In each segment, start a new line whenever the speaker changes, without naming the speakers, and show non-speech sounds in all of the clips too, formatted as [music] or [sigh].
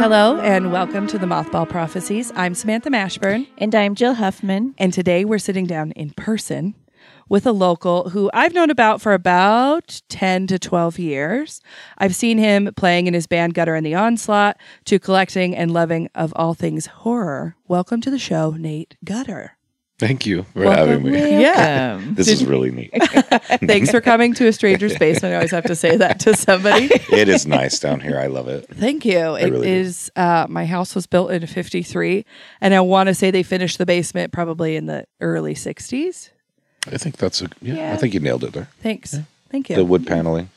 Hello and welcome to the Mothball Prophecies. I'm Samantha Mashburn,
And I'm Jill Huffman.
and today we're sitting down in person with a local who I've known about for about 10 to 12 years. I've seen him playing in his band Gutter and the Onslaught to collecting and loving of all things horror. Welcome to the show, Nate Gutter.
Thank you for
Welcome.
having me.
Yeah.
This is really neat.
Thanks for coming to a stranger's basement. I always have to say that to somebody.
It is nice down here. I love it.
Thank you. It is
really do.
uh my house was built in 53 and I want to say they finished the basement probably in the early 60s.
I think that's a yeah,
Yeah.
I think you nailed it there.
Thanks. Thank you.
The wood paneling,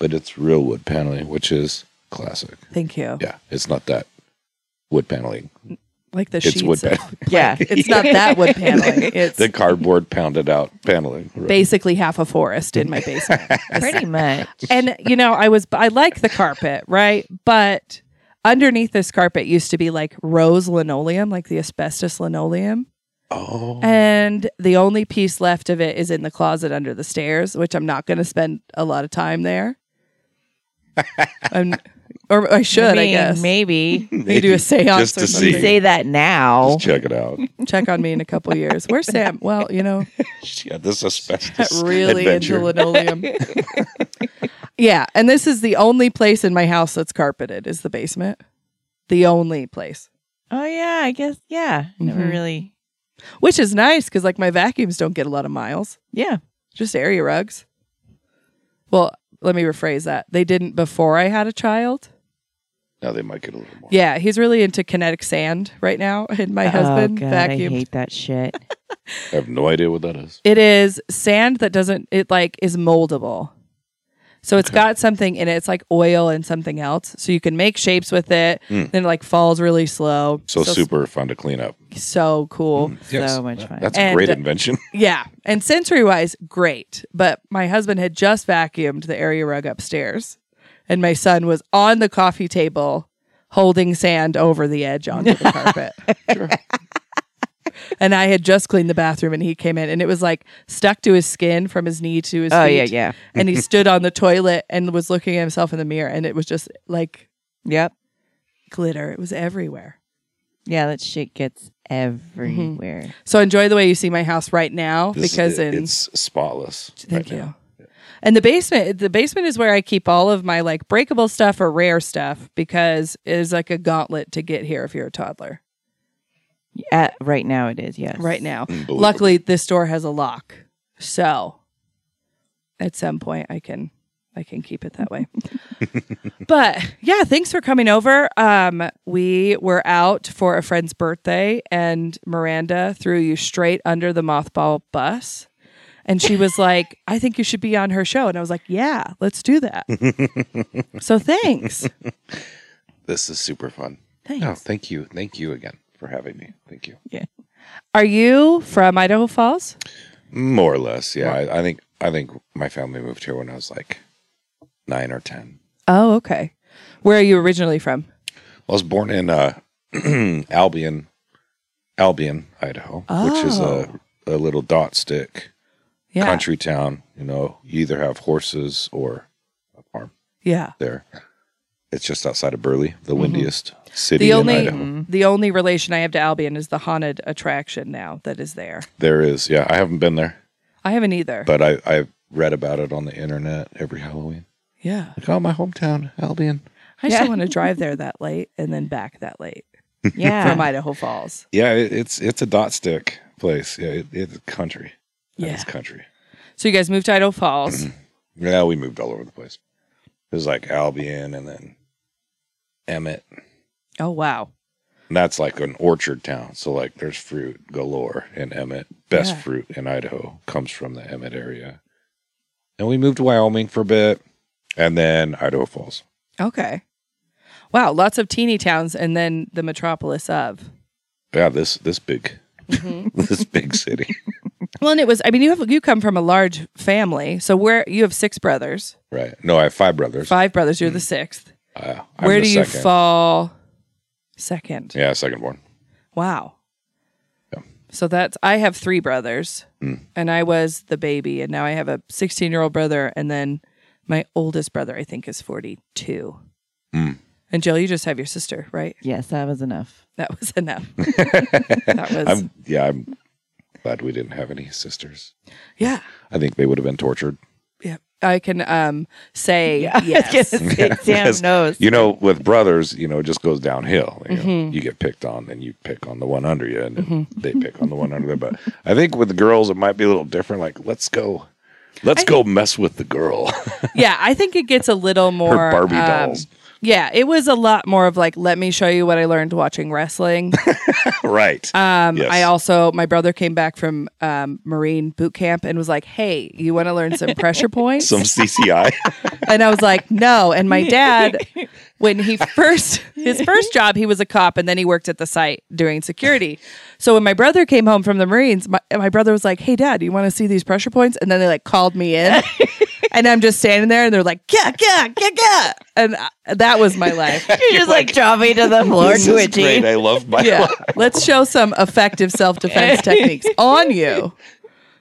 but it's real wood paneling, which is classic.
Thank you.
Yeah, it's not that wood paneling.
Like the
It's
sheets.
wood
of- [laughs]
paneling. [laughs]
Yeah.
it's not that wood paneling. It's
The cardboard pounded out paneling. Right.
basically half a forest in my basement.
[laughs]
Pretty much.
and you know, I was I like the carpet, right? But underneath this carpet used to be like rose linoleum, like the asbestos linoleum.
Oh,
And the only piece left of it is in the closet under the stairs, which I'm not going to spend a lot of time there. I'm, or I should, I,
mean,
guess.
Maybe.
We do a seance
Just
or
to
something.
see.
Say that now.
Just check it out. [laughs]
Check on me in a couple years. Where's Sam? Well, you [laughs] know,
yeah, this asbestos
[laughs] really
adventure.
into linoleum. [laughs] yeah, and this is the only place in my house that's carpeted is the basement. The only place,
Oh, yeah. I guess. Yeah. Never
Mhm.
really.
which is nice because like my vacuums don't get a lot of miles.
Yeah.
just area rugs. Well, let me rephrase that. They didn't before I had a child.
now they might get a little more.
Yeah, he's really into kinetic sand right now, [laughs] and my husband
oh, God, I
vacuumed.
hate that shit.
I have no idea what that is.
It is sand that doesn't it like is moldable. So it's got something in it. It's like oil and something else. So you can make shapes with it.
Mm.
Then it like falls really slow.
So, super Mm-hmm. fun to clean up.
so cool.
So much fun.
That's
And- uh,
a great invention.
Yeah. And sensory wise, great. But my husband had just vacuumed the area rug upstairs, and my son was on the coffee table holding sand over the edge onto the carpet. [laughs] And I had just cleaned the bathroom, and he came in, and it was like stuck to his skin from his knee to his
oh,
feet.
yeah. Yeah.
And he stood on the toilet and was looking at himself in the mirror, and it was just like
Yep.
glitter. It was everywhere.
Yeah. That shit gets everywhere.
So enjoy the way you see my house right now
This-
because
it-
in
it's spotless.
Thank
right
you.
now.
And the basement, the basement is where I keep all of my like breakable stuff or rare stuff because it is like a gauntlet to get here if you're a toddler
At, Uh, right now it is. Yes.
right now.
Unbelievable.
Luckily, this door has a lock. So at some point I can I can keep it
[laughs]
that way. but yeah, thanks for coming over. Um we were out for a friend's birthday and Miranda threw you straight under the mothball bus. And she was like, I think you should be on her show. And I was like, Yeah, let's do
[laughs]
that. so thanks.
This is super fun.
Thanks.
Oh, thank you. Thank you again for having me. Thank you.
Are you from Idaho Falls?
More or less, yeah. I, I think I think my family moved here when I was like nine or ten.
Oh, okay. Where are you originally from?
I was born in uh, [clears throat] Albion, Albion, Idaho, which is a, a little dot stick
Oh. Yeah.
country town. You know, you either have horses or a farm
Yeah.
there. It's just outside of Burley, the windiest city
Mm-hmm. The only
in
Mm-hmm.
Idaho.
the only relation I have to Albion is the haunted attraction now that is there.
There is, yeah. I haven't been there,
I haven't either.
but I I read about it on the internet every Halloween.
yeah.
Like, oh, my hometown, Albion.
I
Yeah.
still want to drive there that late and then back that late [laughs]
Yeah.
from Idaho Falls.
Yeah, it, it's it's a dot stick place. Yeah, it, it's country.
Yeah.
It's country.
So you guys moved to Idaho Falls.
Mm-hmm. Yeah, we moved all over the place. It was like Albion and then Emmett.
oh wow.
And that's like an orchard town. So like there's fruit galore in Emmett. Best
Yeah.
fruit in Idaho comes from the Emmett area. And we moved to Wyoming for a bit and then Idaho Falls.
Okay. Wow, lots of teeny towns and then the metropolis of. Mm-hmm.
[laughs] Yeah, this this big this big city.
Well, and it was. I mean, you have you come from a large family, so where you have six brothers,
Right. No, I have five brothers.
five brothers. You're the sixth.
Uh, I'm
Where
the
do you
second.
fall? Second.
Yeah, second born.
Wow. So that's I have three brothers,
Mm.
and I was the baby, and now I have a 16 year old brother, and then my oldest brother I think is 42.
Mm.
And Jill, you just have your sister, right?
Yes, that was enough.
That was
[laughs]
enough. that was
I'm yeah, I'm glad we didn't have any sisters.
yeah.
I think they would have been tortured.
Yeah, I can um say [laughs]
I was
yes.
gonna say, Sam
Yes.
knows.
You know, with brothers, you know, it just goes downhill. You, know,
Mhm.
you get picked on, then you pick on the one under you, and then
Mm-hmm.
they pick on the one under them. But I think with the girls, it might be a little different. Like, let's go, let's
I-
go mess with the girl. [laughs]
yeah, I think it gets a little more
Barbie
um,
dolls.
Yeah, it was a lot more of like, let me show you what I learned watching wrestling.
right.
Um,
Yes.
I also, my brother came back from um, Marine boot camp and was like, hey, you want to learn some pressure points?
[laughs]
[laughs]
Some CCI.
and I was like, no. And my dad, when he first, his first job, he was a cop and then he worked at the site doing security. So when my brother came home from the Marines, my, my brother was like, hey, dad, you want to see these pressure points? And then they like called me in. And I'm just standing there, and they're like, "Yeah, yeah, yeah, yeah," and uh, that was my life.
You're just like dropping to the floor,
this is
twitching.
great. I love my [laughs]
Yeah.
life.
Let's show some effective self
[laughs]
defense techniques on you.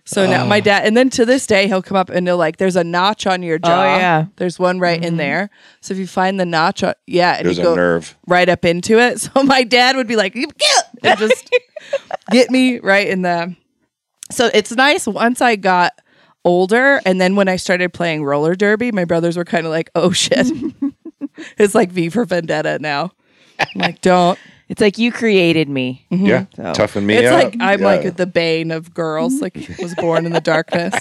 So now
Oh.
my dad, and then to this day, he'll come up and he'll like, there's a notch on
Oh,
your jaw.
yeah.
There's one right in there. So if you find the notch, on, yeah, and
Mm-hmm. There's
you
a
go
nerve.
right up into it. [laughs] So my dad would be like, you
[laughs]
and just get me right in the. So it's nice once I got older, and then when I started playing roller derby, my brothers were kind of like, oh
[laughs]
shit. [laughs] it's like V for Vendetta now. I'm like, don't.
It's like you created me.
Yeah,
So-
toughen me
Mm-hmm. It's
up.
like I'm
Yeah.
like the bane of girls. Like was born in the
[laughs]
darkness.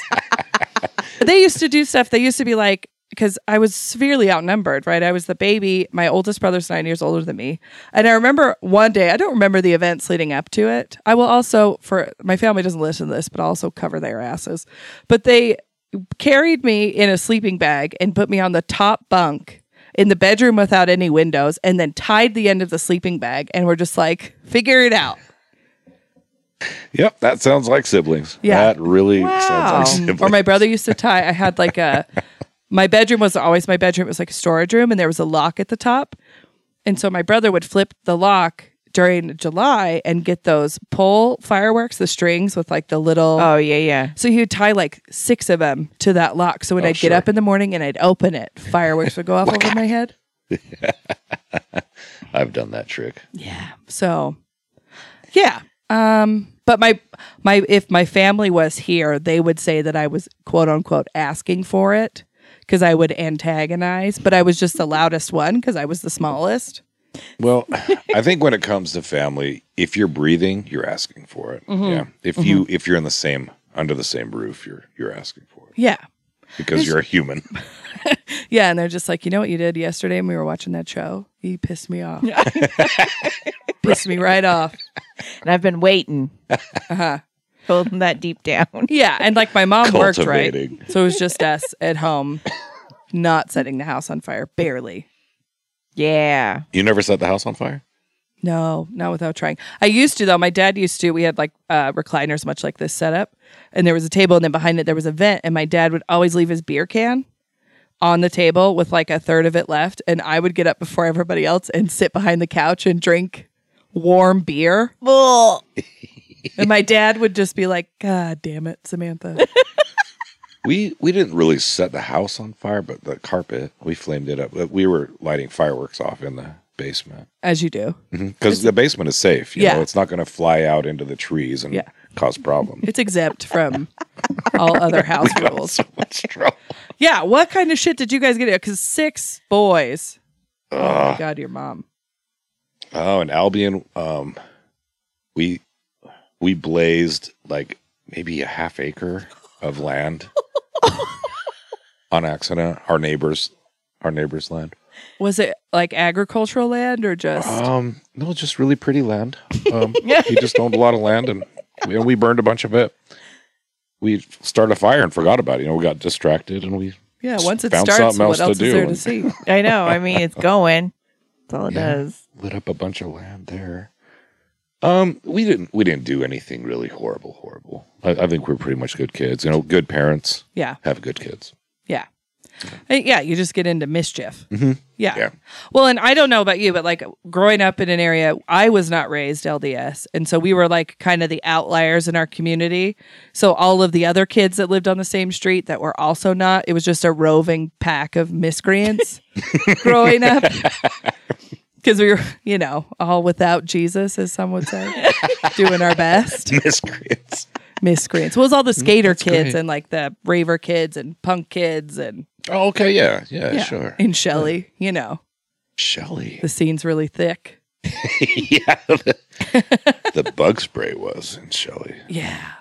they used to do stuff. They used to be like because I was severely outnumbered. Right, I was the baby. My oldest brother's nine years older than me, and I remember one day. I don't remember the events leading up to it. I will also for my family doesn't listen to this, but I'll also cover their asses. But they carried me in a sleeping bag and put me on the top bunk. In the bedroom without any windows, and then tied the end of the sleeping bag, and we're just like, figure it out.
Yep, that sounds like siblings.
Yeah.
That really
Wow.
sounds like siblings.
or my brother used to tie. I had like a [laughs] my bedroom was always my bedroom. It was like a storage room, and there was a lock at the top. And so my brother would flip the lock during July and get those pole fireworks, the strings with like the little.
Oh yeah, yeah.
So he would tie like six of them to that lock. So when
Oh,
I'd
sure.
get up in the morning and I'd open it, fireworks would go off over my head.
I've done that trick.
Yeah. So, yeah. Um, but my my if my family was here, they would say that I was quote unquote asking for it because I would antagonize, but I was just the loudest one because I was the smallest.
Well, I think when it comes to family, if you're breathing, you're asking for it. Yeah. If you if you're in the same under the same roof, you're you're asking for it
Yeah.
because you're a human. [laughs]
Yeah, and they're just like, you know what you did yesterday when we were watching that show? You pissed me off. [laughs] pissed me right off.
And I've been waiting,
Uh-huh.
[laughs] holding that deep down.
Yeah, and like my mom worked right,
Cultivating.
so it was just us at home, not setting the house on fire, barely.
Yeah.
You never set the house on fire?
No, not without trying. I used to though. My dad used to. We had like uh, recliners, much like this setup, and there was a table, and then behind it there was a vent, and my dad would always leave his beer can on the table with like a third of it left, and I would get up before everybody else and sit behind the couch and drink warm beer,
Well,
and my dad would just be like, "God damn it, Samantha."
We we didn't really set the house on fire, but the carpet we flamed it up. But We were lighting fireworks off in the basement
As you do,
because the basement is safe. You
Yeah.
know, it's not going to fly out into the trees and
Yeah. [laughs]
cause problems.
it's exempt from all other house rules.
so much trouble.
Yeah, what kind of shit did you guys get? Because six boys. Oh my
Ugh.
God, your mom.
Oh, and Albion, um, we we blazed like maybe a half acre of land on accident. Our neighbors, our neighbors' land.
Was it like agricultural land or just?
Um, no, just really pretty land. Um, he just owned a lot of land, and we, and we burned a bunch of it. We started a fire and forgot about it. You know, we got distracted and we
yeah, once it
found
starts,
something
what
else
else
to
is there
do.
to see?
[laughs]
I know. I mean, it's going. That's all it
Yeah.
does.
lit up a bunch of land there. Um, we didn't we didn't do anything really horrible. Horrible. I, I think we're pretty much good kids. You know, good parents
Yeah.
have good kids.
Uh, Yeah, you just get into mischief.
Mhm.
Yeah.
Yeah. [laughs]
Well, and I don't know about you, but like growing up in an area, I was not raised LDS. And so we were like kind of the outliers in our community. So all of the other kids that lived on the same street that were also not, it was just a roving pack of miscreants growing up. Because we were, you know, all without Jesus, as some would say, doing our best
Miscreants.
miscreants. Well, it was all the skater kids and like the raver kids and punk kids and
Oh, okay. Yeah. Yeah.
yeah.
Sure.
And Shelly, you know,
Shelly.
the scene's really thick.
yeah. The, the bug spray was in Shelly.
Yeah.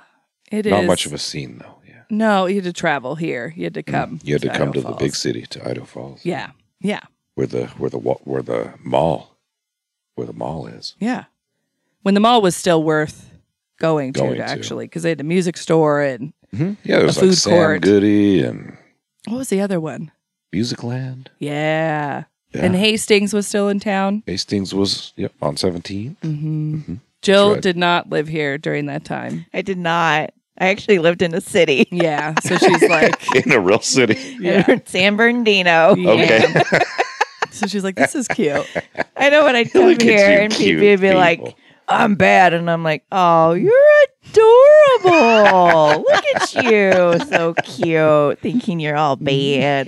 it is
Not much of a scene though. Yeah.
No, you had to travel here. You had to come.
You had to come
Idaho
to the big
Falls.
city to Idaho Falls.
Yeah. Yeah.
Where the where the wa- where the mall where the mall is.
Yeah. When the mall was still worth going,
Going
to,
to.
to actually, because they had a music store and
Yeah, there's
Mm-hmm. A
like
food
Sam
court.
Goody and
what was the other one?
Musicland.
Yeah.
Yeah.
And Hastings was still in town.
Hastings was yep on 17.
Mm-hmm. Jill
right.
did not live here during that time.
I did not. I actually lived in a city, [laughs]
Yeah. So
[laughs]
she's like,
[laughs] in a real city.
yeah.
San Bernardino.
Yeah.
Okay. [laughs]
So she's like, this is cute.
I know when I'd come
Look at
here
you
and
cute
people would be like,
people.
I'm bad. And I'm like, oh, you're adorable. Look at you. So cute. Thinking you're all bad.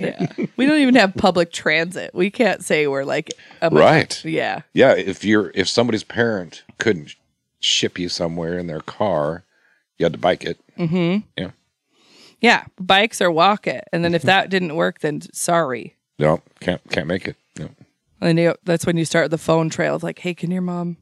[laughs] Yeah. we don't even have public transit. We can't say we're like a-
Right.
Yeah.
Yeah, if you're if somebody's parent couldn't ship you somewhere in their car, you had to bike it.
Mm-hmm.
Yeah.
Yeah. Bikes or walk it. And then if that [laughs] didn't work, then sorry.
No, can't can't make it. No.
And you, that's when you start the phone trail of like, hey, can your mom?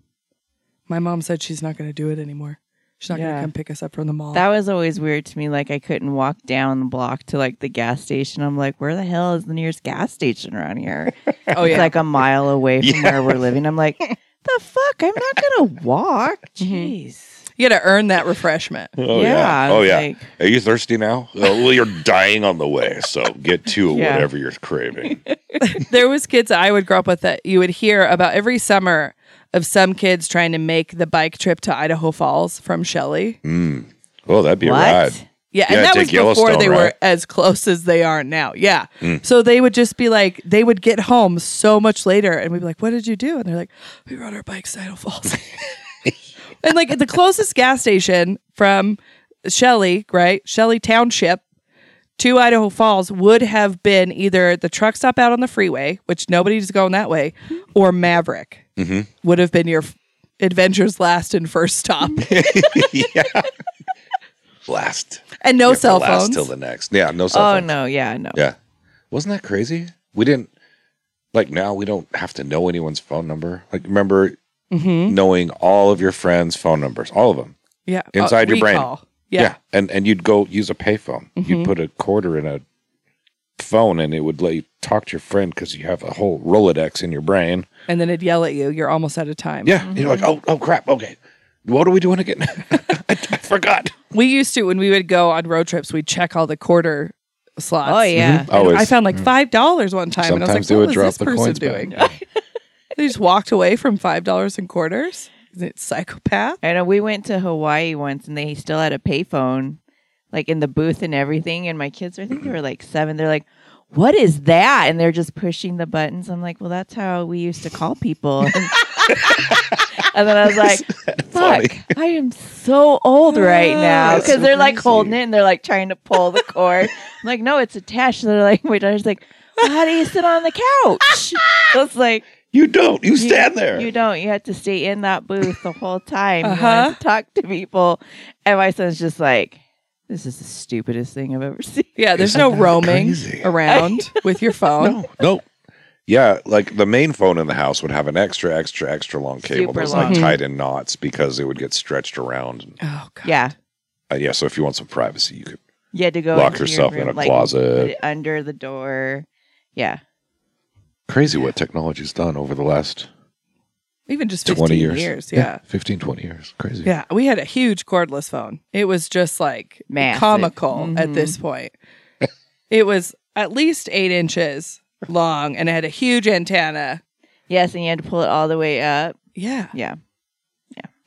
My mom said she's not going to do it anymore. She's not going to
Yeah.
come pick us up from the mall.
That was always weird to me. Like, I couldn't walk down the block to like the gas station. I'm like, where the hell is the nearest gas station around here?
oh,
It's
yeah.
like a mile away from
Yeah.
where we're living. I'm like, the fuck? I'm not going to walk.
Mhm.
Jeez.
you got to earn that refreshment.
Oh
I
Oh
was
[laughs] yeah.
like,
Are you thirsty now? Oh, [laughs] well, you're dying on the way, so get to
[laughs] Yeah.
whatever you're [laughs] craving.
there was kids that I would grow up with that you would hear about every summer of some kids trying to make the bike trip to Idaho Falls from Shelley.
Mm. Oh, that'd be
[laughs]
a ride.
what?
Yeah,
Yeah,
and that
take
was before
Yellowstone,
they
right?
were as close as they are now. Yeah.
Mm.
So they would just be like, they would get home so much later and we'd be like, what did you do? And they're like, we rode our bikes to Idle
[laughs]
Falls. and like at the closest gas station from Shelley, right? Shelley Township to Idaho Falls would have been either the truck stop out on the freeway, which nobody's going that way, or Maverick
Mhm.
would have been your f- adventure's last and first stop.
[laughs] yeah. Last.
and no
Yeah, from
cell
last
phones.
till the next. Yeah, no cell
Oh,
phones.
no. Yeah, no.
Yeah. Wasn't that crazy? We didn't like now we don't have to know anyone's phone number. Like remember
mm-hmm.
knowing all of your friends' phone numbers, all of them.
Yeah. Uh,
Inside your brain.
Yeah.
And and you'd go use a payphone.
Mhm.
You'd put a quarter in a phone and it would let you talk to your friend because you have a whole Rolodex in your brain.
And then it'd yell at you. You're almost out of time.
Yeah. and You're like, oh, oh crap. Okay. What are we doing again? [laughs] I, I forgot.
We used to, when we would go on road trips, we'd check all the quarter slots.
Oh, yeah.
And
Mm-hmm. Always. Mm.
I found like five dollars one time, and I was
Sometimes
like,
they
"What
would
was
drop
this
the
person
coins back.
doing?" [laughs] they just walked away from five dollars and quarters. Is it psychopath?
I know uh, we went to Hawaii once and they still had a payphone, like in the booth and everything. And my kids, I think they were like seven. They're like, "What is that?" And they're just pushing the buttons. I'm like, "Well, that's how we used to call people." [laughs] And, then I was like,
funny.
"Fuck, I am so old right now."
That's
Because
so
they're like
crazy.
holding it and they're like trying to pull the cord. I'm like, "No, it's attached." [laughs] And they're like, "Wait," I was like. Well, how do you sit on the couch? [laughs] I was like,
You don't. You
you-
stand there.
You don't. You have to stay in that booth the whole time. You
Uh-huh.
have to talk to people. And my son's just like, this is the stupidest thing I've ever [laughs] seen.
Yeah, there's
Isn't
no
that
roaming
crazy?
[laughs] around with your phone.
No, no. Yeah, like the main phone in the house would have an extra, extra, extra long cable
Super
that was
long.
like tied in knots because it would get stretched around.
Oh god.
Yeah.
Uh, yeah, so if you want some privacy, you could.
You had to go
Lock
into your
yourself in
room,
a
like,
closet.
put it under the door. Yeah.
Crazy what technology's done over the last
Even just
20
15
years.
years. Yeah.
15, 20 years. Crazy.
yeah. We had a huge cordless phone. It was just like
Massive.
comical at
Mhm.
this point. it was at least eight inches long and it had a huge antenna.
Yes. And you had to pull it all the way up.
Yeah.
Yeah.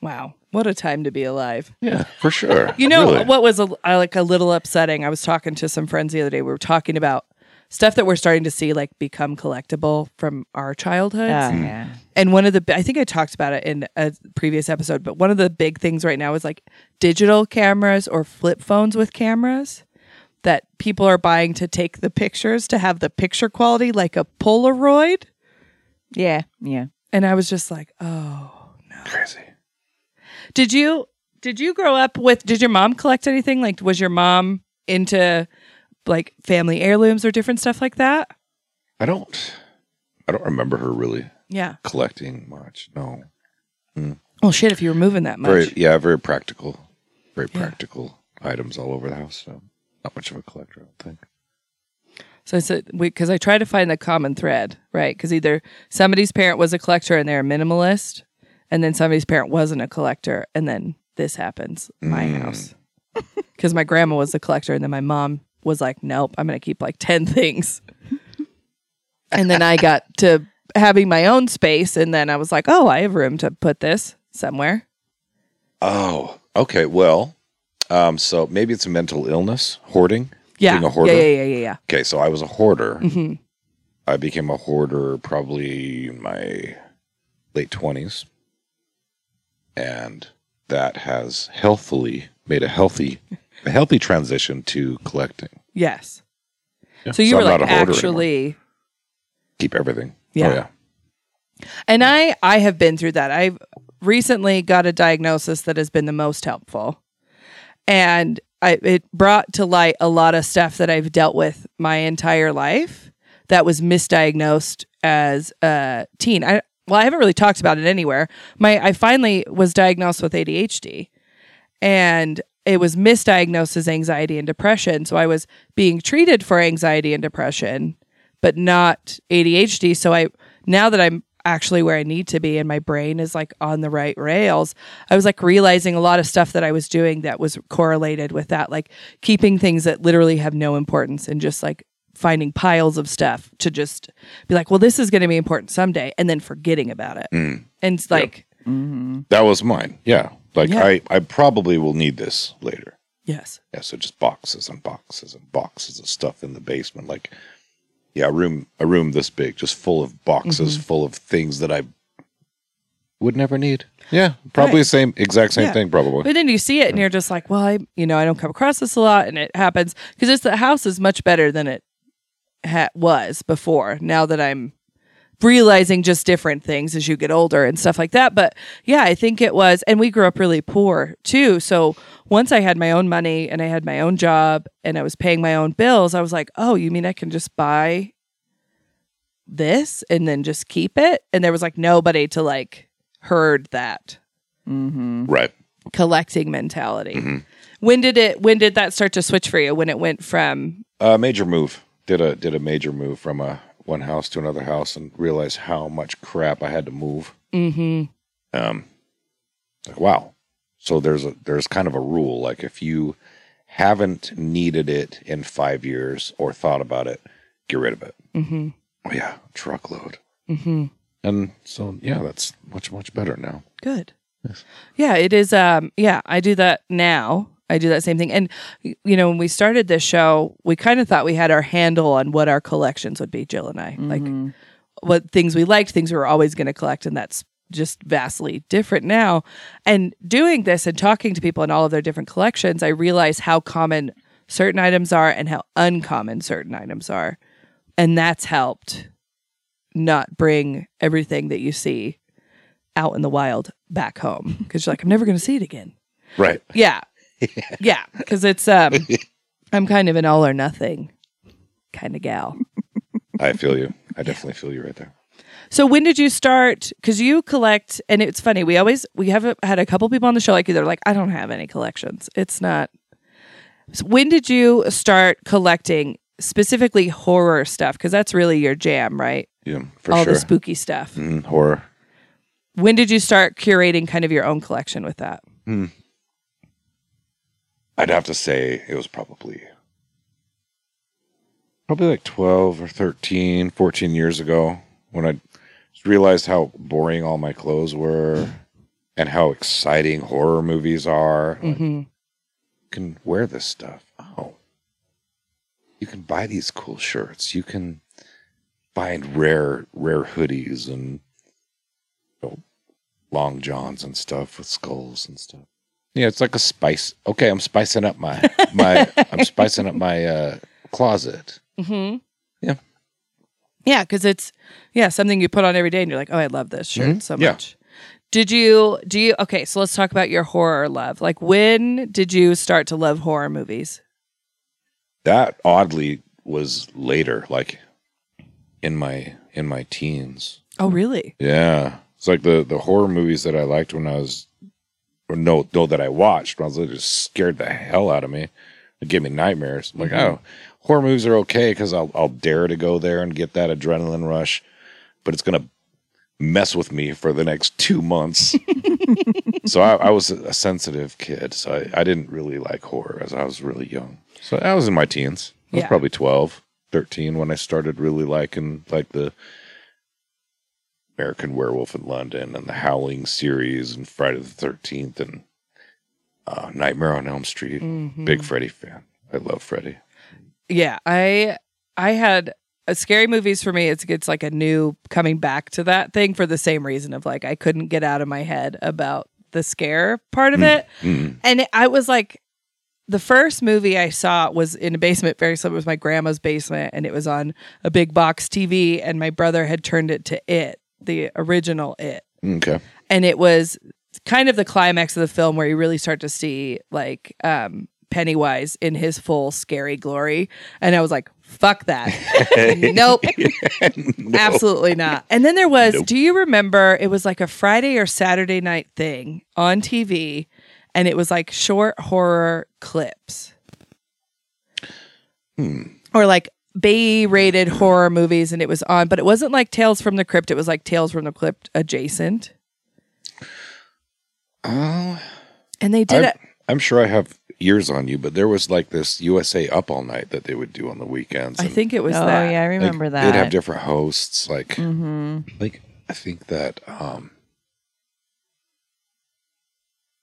Wow. What a time to be alive. [laughs]
Yeah, for sure.
You know
Really.
what was a, uh, like a little upsetting? I was talking to some friends the other day. We were talking about stuff that we're starting to see like become collectible from our childhoods.
Uh,
Hmm.
yeah.
And one of the I think I talked about it in a previous episode, but one of the big things right now is like digital cameras or flip phones with cameras that people are buying to take the pictures to have the picture quality like a Polaroid.
Yeah. Yeah.
And I was just like, "Oh,
crazy.
Did you did you grow up with did your mom collect anything? Like was your mom into like family heirlooms or different stuff like that?
I don't. I don't remember her really
Yeah.
collecting much. No.
Well shit if you were moving that much.
Very. Yeah. Very practical. Very
Yeah.
practical items all over the house. So not much of a collector, I don't think.
So I said because I tried to find the common thread, right? Because either somebody's parent was a collector and they're a minimalist, and then somebody's parent wasn't a collector, and then this happens. My
Mm.
house, [laughs] because my grandma was a collector, and then my mom was like, "Nope, I'm going to keep like ten [laughs]
[laughs]
things," and then I got to having my own space, and then I was like, "Oh, I have room to put this somewhere."
Oh. Okay. Well. Um. So maybe it's a mental illness, hoarding.
Yeah,
Being a hoarder?
yeah, yeah, yeah, yeah.
Okay. So I was a hoarder.
yeah. hmm
I became a hoarder probably in my late 20s. And that has healthily made a healthy a healthy transition to collecting.
Yes.
Yeah.
So you were
I'm
like
not a hoarder anymore.
actually.
keep everything.
Yeah.
Oh, yeah.
And I I have been through that. I've recently got a diagnosis that has been the most helpful. And I it brought to light a lot of stuff that I've dealt with my entire life that was misdiagnosed as a teen. I well, I haven't really talked about it anywhere. My I finally was diagnosed with ADHD and it was misdiagnosed as anxiety and depression. So I was being treated for anxiety and depression, but not ADHD. So I now that I'm actually where I need to be and my brain is like on the right rails, I was like realizing a lot of stuff that I was doing that was correlated with that, like keeping things that literally have no importance and just like finding piles of stuff to just be like, well, this is going to be important someday, and then forgetting about it.
Mm.
And it's like,
That was mine. Yeah. Like
Yeah.
I I probably will need this later.
yes,
Yeah, so just boxes and boxes and boxes of stuff in the basement like yeah, a room a room this big just full of boxes full of things that I would never need. Yeah, probably
Right.
the same exact same
Yeah.
thing probably.
But then you see it and you're just like, well, I, you know, I don't come across this a lot and it happens because it's the house is much better than it ha- was before now that I'm realizing just different things as you get older and stuff like that. But yeah, I think it was, and we grew up really poor too. So once I had my own money and I had my own job and I was paying my own bills, I was like, oh, you mean I can just buy this and then just keep it? And there was like nobody to like herd that
Mm-hmm.
Right.
collecting mentality.
Mhm.
When did it when did that start to switch for you when it went from
Uh, major move. Did a did a major move from a one house to another house and realized how much crap I had to move.
mhm
Um, like wow. So there's a there's kind of a rule like if you haven't needed it in five years or thought about it, get rid of it.
mhm
Oh yeah, truckload.
mhm
And so yeah, that's much much better now.
good.
Yes.
Yeah, it is um yeah, I do that now. I do that same thing. And y- you know, when we started this show, we kind of thought we had our handle on what our collections would be, Jill and I. Like what things we liked, things we were always going to collect, and that's just vastly different now. And doing this and talking to people in all of their different collections, I realize how common certain items are and how uncommon certain items are. And that's helped not bring everything that you see out in the wild back home because you're like, I'm never going to see it again.
Right. [laughs]
Yeah. yeah. Because it's, um, I'm kind of an all or nothing kind of gal.
I feel you. I definitely feel you right there.
So when did you start? Because you collect, and it's funny. We always we have a, had a couple people on the show like you. They're like, I don't have any collections. It's not. So when did you start collecting specifically horror stuff? Because that's really your jam, right?
Yeah, for
All
sure.
the spooky stuff.
Mhm, horror.
When did you start curating kind of your own collection with that?
I'd have to say it was probably probably like 12 or 13, 14 years ago when I just realized how boring all my clothes were and how exciting horror movies are. Like,
Mm-hmm.
Mhm.
you can wear this stuff. Oh, you can buy these cool shirts. You can find rare, rare hoodies and you know, long johns and stuff with skulls and stuff. Yeah, it's like a spice. Okay, I'm spicing up my my. I'm spicing up my uh, closet.
Mm-hmm.
Yeah.
Yeah, because it's yeah something you put on every day, and you're like, oh, I love this shirt
Mhm.
so
Yeah.
much. Did you do you okay? So let's talk about your horror love. Like, when did you start to love horror movies?
that oddly was later like in my in my teens
Oh, really?
yeah it's like the the horror movies that i liked when i was or no no that i watched when i was little just scared the hell out of me it gave me nightmares I'm like oh horror movies are okay because I'll, I'll dare to go there and get that adrenaline rush but it's gonna mess with me for the next two months so I, I was a sensitive kid so I, I didn't really like horror as i was really young so i was in my teens i was
Yeah.
probably 12 13 when i started really liking like the american werewolf in london and the howling series and friday the 13th and uh, nightmare on elm street
Mhm.
big freddy fan i love freddy
yeah i i had uh, scary movies for me it's it's like a new coming back to that thing for the same reason of like i couldn't get out of my head about the scare part of it
Mm.
and it- i was like the first movie i saw was in a basement very similar it was my grandma's basement and it was on a big box tv and my brother had turned it to it the original it
okay
[laughs] and it was kind of the climax of the film where you really start to see like um Pennywise in his full scary glory and I was like fuck that nope
[laughs] No.
absolutely not and then there was
Nope.
do you remember it was like a Friday or Saturday night thing on TV and it was like short horror clips
Hmm.
or like B rated horror movies and it was on but it wasn't like Tales from the Crypt it was like Tales from the Crypt adjacent
Oh,
and they did
I-
it
I'm sure I have years on you, but there was like this USA Up All Night that they would do on the weekends.
I
and,
think it was
oh
that Mm-hmm.
yeah, I
like,
remember that.
They'd have different hosts. Like,
hmm
like I think that um,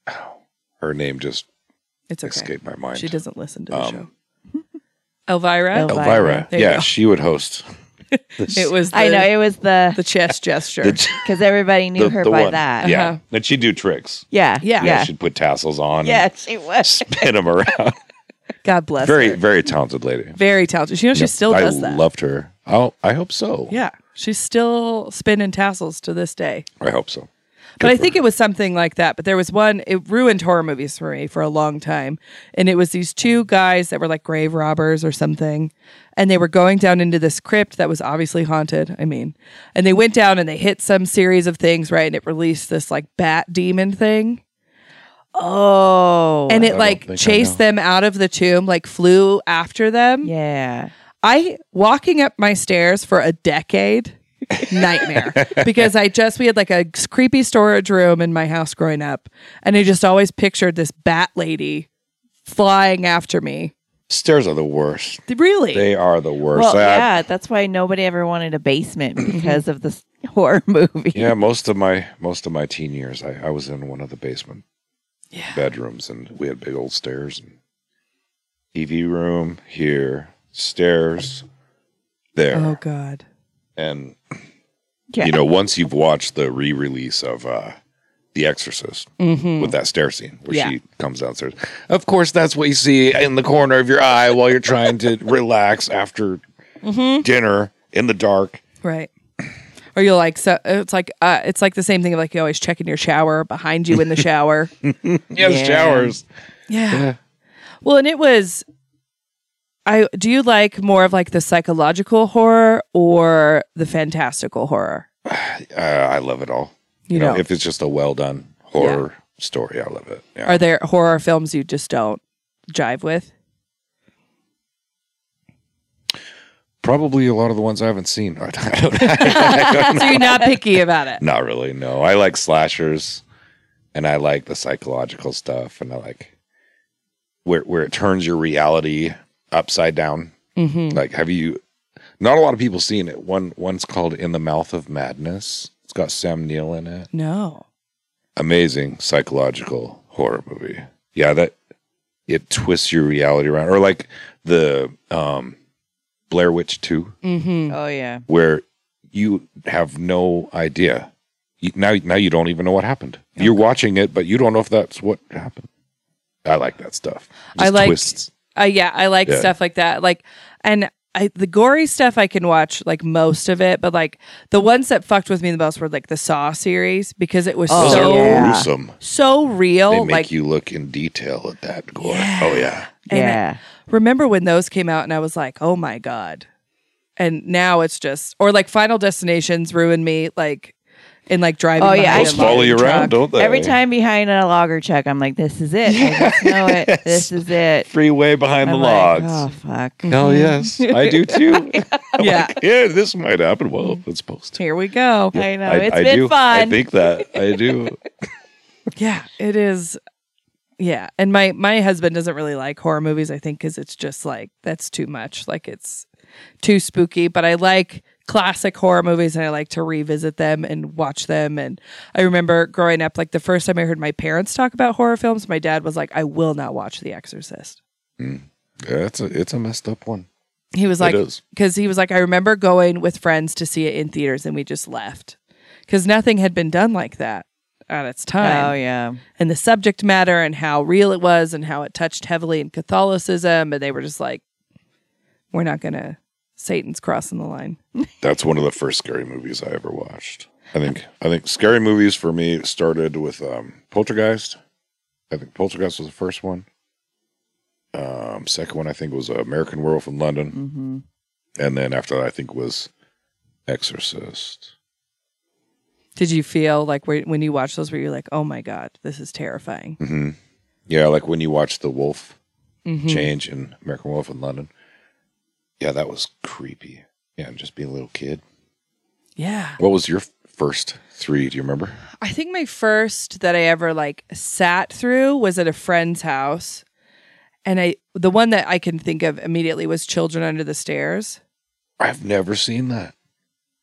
oh, her name just
it's okay
escaped my mind.
She doesn't listen to the
Um,
show. [laughs] Elvira.
El-
Elvira.
There you
yeah,
go.
she
[laughs]
would host.
it was the,
I know it was the
the chest gesture.
The,
because everybody knew
the-
her
the
by
one.
that.
Yeah,
Uh-huh.
and she'd do tricks.
Yeah,
Yeah.
Yeah,
yeah,
she'd put tassels on. and [laughs]
yeah. She was.
spin them around.
God bless
very,
her.
very talented lady.
Very talented. You know, she
Yep.
still does
I
that.
loved her. Oh, I hope so.
yeah. She's still spinning tassels to this day.
I hope so.
But
Good
I
for
think it was something like that. But there was one, it ruined horror movies for me for a long time. And it was these two guys that were like grave robbers or something. And they were going down into this crypt that was obviously haunted. I mean, and they went down and they hit some series of things, right? And it released this like bat demon thing.
Oh,
and it
don't
like
think I know.
chased them out of the tomb, like flew after them.
yeah.
I walking up my stairs for a decade, nightmare because I just we had like a creepy storage room in my house growing up, and I just always pictured this bat lady flying after me.
Stairs are the worst.
Really,
They are the worst.
Well,
I-
yeah, that's why nobody ever wanted a basement because of this horror [laughs] movie.
Mm-hmm. yeah, most of my most of my teen years, I, I was in one of the basement
Yeah.
bedrooms, and we had big old stairs and TV room here, stairs there,
oh god,
and
Yeah.
you know once you've watched the re-release of uh, The Exorcist
mm-hmm.
with that stair scene where
Yeah.
she comes downstairs, of course that's what you see in the corner of your eye while you're
[laughs]
trying to relax after
Mm-hmm.
dinner in the dark.
right. Or you're like, so it's like, uh, it's like the same thing of like you always check in your shower behind you in the shower.
Yes,
Yeah.
showers.
yeah.
Yeah.
Well, and it was I do you like more of like the psychological horror or the fantastical horror?
Uh, I love it all.
You,
you know,
know,
if it's just a well done horror story, I love it. Yeah.
are there horror films you just don't jive with?
Probably a lot of the ones I haven't seen. [laughs] I don't-
so you're not picky about
[laughs]
it.
Not really. No, I like slashers, and I like the psychological stuff, and I like where where it turns your reality upside down.
Mm-hmm.
Like, have you? Not a lot of people seen it. One one's called "In the Mouth of Madness." It's got Sam Neill in it.
No.
amazing psychological horror movie. Yeah, that it twists your reality around, or like the um, Blair Witch Two,
Mm-hmm.
Oh yeah.
where you have no idea. You, now, now you don't even know what happened. You're watching it, but you don't know if that's what happened. I like that stuff.
I like-
twists.
Uh, yeah, I like
Yeah.
stuff like that. Like, and I, the gory stuff I can watch like most of it, but like the ones that fucked with me the most were like the Saw series because it was
Oh,
Those
so
are
yeah. Oh,
gruesome.
so real.
They make
like,
you look in detail at that gore.
Yeah.
Oh yeah.
and
yeah.
remember when those came out and I was like, oh my God. And now it's just, or like Final Destinations ruined me, like, in like driving.
Oh, yeah, I
behind
Those
a
love
follow
log
you
truck.
around, don't they?
Every time behind a logger check, I'm like, this is it. I
[laughs]
just know it. This is it.
freeway behind
I'm
the
like,
logs.
oh fuck. [laughs]
Hell yes, I do too. I'm
Yeah.
like, yeah, this might happen. Well, it's supposed to.
Here we go.
I know.
I,
it's
I
been
do.
fun.
I
[laughs]
think that I do.
Yeah, it is. Yeah, and my my husband doesn't really like horror movies. I think because it's just like that's too much. Like it's too spooky. But I like classic horror movies, and I like to revisit them and watch them. And I remember growing up, like the first time I heard my parents talk about horror films, my dad was like, "I will not watch The Exorcist."
Yeah, it's a it's a messed up one.
He was like,
it is.
because he was like, I remember going with friends to see it in theaters, and we just left because nothing had been done like that at its time
Oh yeah.
and the subject matter and how real it was and how it touched heavily in Catholicism. And they were just like, we're not going to, Satan's crossing the line.
That's one of the first scary movies I ever watched. I think I think scary movies for me started with um, Poltergeist. I think Poltergeist was the first one. Um, second one I think was uh, American Werewolf in London.
Mm-hmm.
and then after that, I think was Exorcist.
Did you feel like wh- when you watched those, were you like, oh my God, this is terrifying?
Mm-hmm. Yeah, like when you watch the Wolf
Mhm.
change in American Wolf in London. Yeah, that was creepy. Yeah, and just being a little kid.
Yeah.
What was your f- first three? Do you remember?
I think my first that I ever like sat through was at a friend's house. And I, the one that I can think of immediately was Children Under the Stairs.
I've never seen that.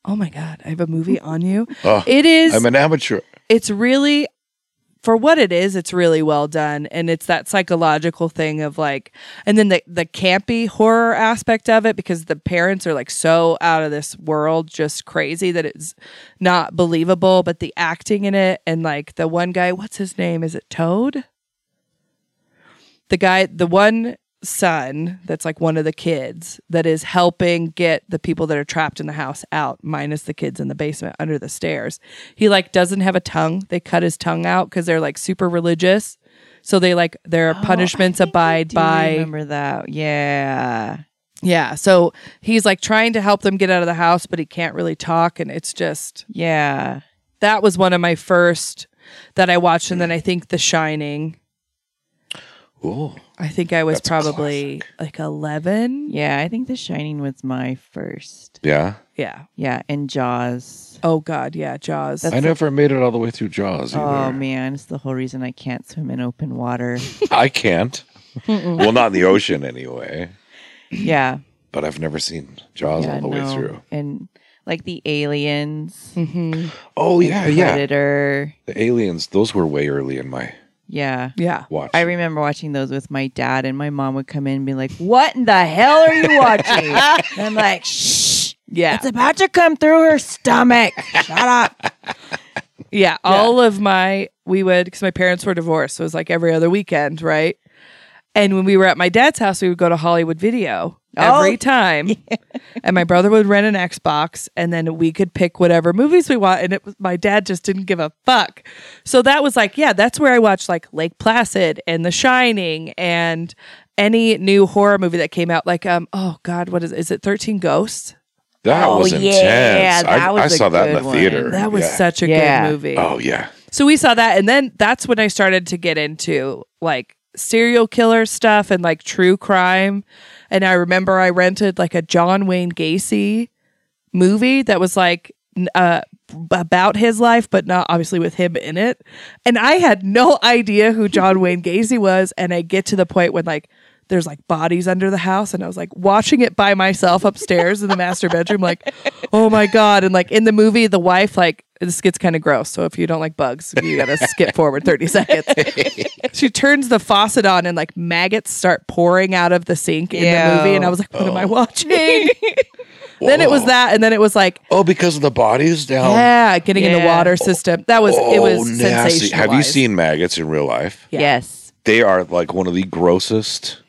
Oh my God, I have a movie on you.
Oh,
It is-
I'm an amateur.
it's really for what it is it's really well done and it's that psychological thing of like and then the the campy horror aspect of it because the parents are like so out of this world just crazy that it's not believable but the acting in it and like the one guy what's his name is it toad the guy the one son that's like one of the kids that is helping get the people that are trapped in the house out minus the kids in the basement under the stairs he like doesn't have a tongue they cut his tongue out because they're like super religious so they like their punishments abide by
Remember that? Yeah.
yeah so he's like trying to help them get out of the house but he can't really talk and it's just
Yeah.
that was one of my first that i watched and then i think the shining
Oh,
i think i was
That's a
probably like 11
Yeah. I think The Shining was my first.
yeah.
yeah
Yeah, and Jaws.
oh god yeah jaws
I never made it all the way through Jaws either.
Oh man, it's the whole reason I can't swim in open water.
[laughs] I can't. well, not in the ocean anyway.
yeah.
But I've never seen Jaws
yeah,
all the
no.
way through.
And like the aliens.
hmm
Oh yeah, yeah.
Predator.
The aliens, those were way early in my
Yeah.
yeah
watch.
I remember watching those with my dad, and my mom would come in and be like, "What in the hell are you
[laughs]
watching?" and I'm like, "Shh,
yeah
it's about to come through her stomach. Shut up."
Yeah, all of my we would because my parents were divorced, so it was like every other weekend, right? And when we were at my dad's house, we would go to Hollywood Video
Oh.
every time, and my brother would rent an Xbox, and then we could pick whatever movies we want. And it was my dad just didn't give a fuck, so that was like, yeah, that's where I watched like Lake Placid and The Shining and any new horror movie that came out. Like, um, oh God, what is is it? Thirteen Ghosts.
That
Oh,
was
yeah,
intense. I,
that was
I
a
saw that in the
good one.
theater.
That was
Yeah.
such a
Yeah.
good movie.
Oh yeah.
So we saw that, and then that's when I started to get into like serial killer stuff and like true crime. And I remember I rented like a John Wayne Gacy movie that was like n- uh, about his life, but not obviously with him in it. And I had [laughs] no idea who John Wayne Gacy was. And I get to the point when like there's like bodies under the house, and I was like watching it by myself upstairs in the master bedroom, like, oh my god! And like in the movie, the wife like this gets kind of gross. So if you don't like bugs, you gotta skip forward 30 seconds. she turns the faucet on and like maggots start pouring out of the sink in the movie. And I was like, what am I watching? then it was
Whoa.
that. And then it was like,
Oh, because of the bodies down.
yeah, getting in the
Yeah.
water system. That was, it was sensational.
Oh, Have you seen maggots in real life?
[laughs] Yeah.
Yes.
They are like one of the grossest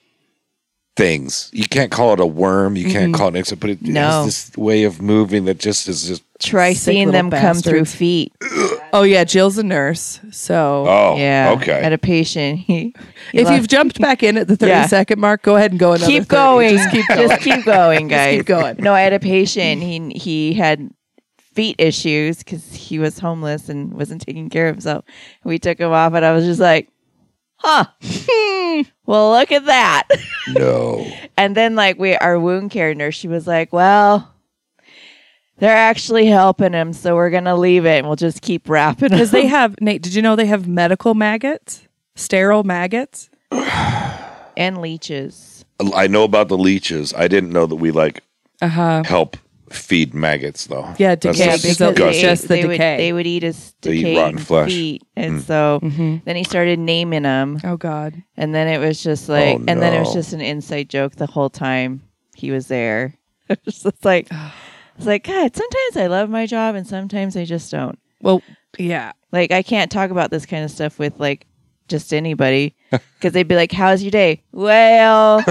things. You can't call it a worm. You
Mm-hmm.
can't call it an insect, but it
No.
has this way of moving that just is just.
Try
Sick
seeing
little
them come through
bastards.
feet.
Oh yeah. Jill's a nurse. So
Oh,
yeah.
Okay.
At a
[laughs]
patient. He, he
if
left-
you've jumped back in [laughs] at the 30 second
Yeah.
mark, go ahead and go another
keep
30.
going,
Just [laughs] keep going.
just keep going, guys.
keep going.
No, I had a patient. He he had feet issues because he was homeless and wasn't taking care of himself. We took him off, and I was just like, "Huh? [laughs] Hmm, well, look at that." [laughs]
no.
And then like we our wound care nurse, she was like, "Well." They're actually helping him, so we're gonna leave it, and we'll just keep wrapping
Because
it.
they have Nate. Did you know they have medical maggots, sterile maggots?
[laughs] and leeches.
I know about the leeches. I didn't know that we like
Uh huh.
help feed maggots though.
Yeah,
That's
decay, because
just
they,
it's
disgusting.
just the
they would
decay.
they would eat his
They eat
decaying
rotten flesh. Mm.
feet, and so
Mm-hmm.
then he started naming them.
Oh God.
And then it was just like,
Oh,
and then it was
no.
just an inside joke the whole time he was there. [laughs] it's
[sighs]
just like, it's like, God, sometimes I love my job and sometimes I just don't.
Well, yeah.
Like, I can't talk about this kind of stuff with like just
[laughs]
anybody because they'd be like, How's your day? Well,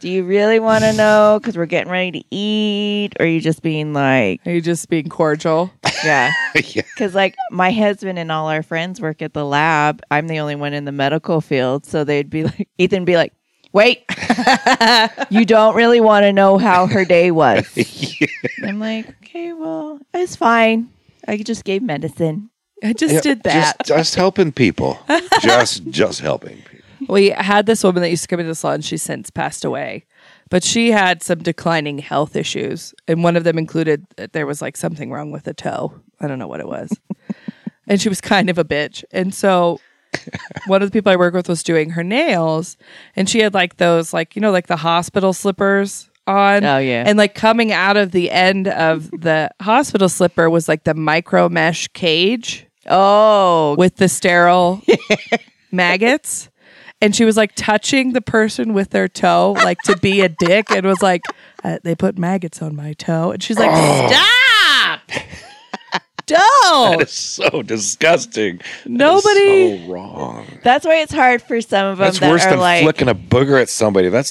do you really want to know? Because we're getting ready to eat. Or are you just being like,
Are you just being cordial?
Yeah.
[laughs] Yeah.
Because, like, my husband and all our friends work at the lab. I'm the only one in the medical field. So they'd be like, Ethan be like, wait, [laughs] you don't really want to know how her day
[laughs]
was. I'm like, okay, well, it's fine. I just gave medicine.
I just did that.
Just, just
[laughs]
helping people. just just helping people.
we had this woman that used to come into the salon. She's since passed away, but she had some declining health issues, and one of them included that there was like something wrong with a toe. I don't know what it
[laughs]
was, and she was kind of a bitch. And so, one of the people I work with was doing her nails, and she had like those like you know like the hospital slippers on.
Oh, yeah.
and like coming out of the end of the hospital slipper was like the micro mesh cage
Oh,
with the
[laughs]
sterile maggots. And she was like touching the person with their toe, like to be a dick, and was like, uh, they put maggots on my toe. And she's like,
Oh.
stop!
[laughs]
Don't!
It's so disgusting. That is
Nobody-
so wrong.
that's why it's hard for some of them
That's
that
worse
are
than
like,
flicking a booger at somebody. That's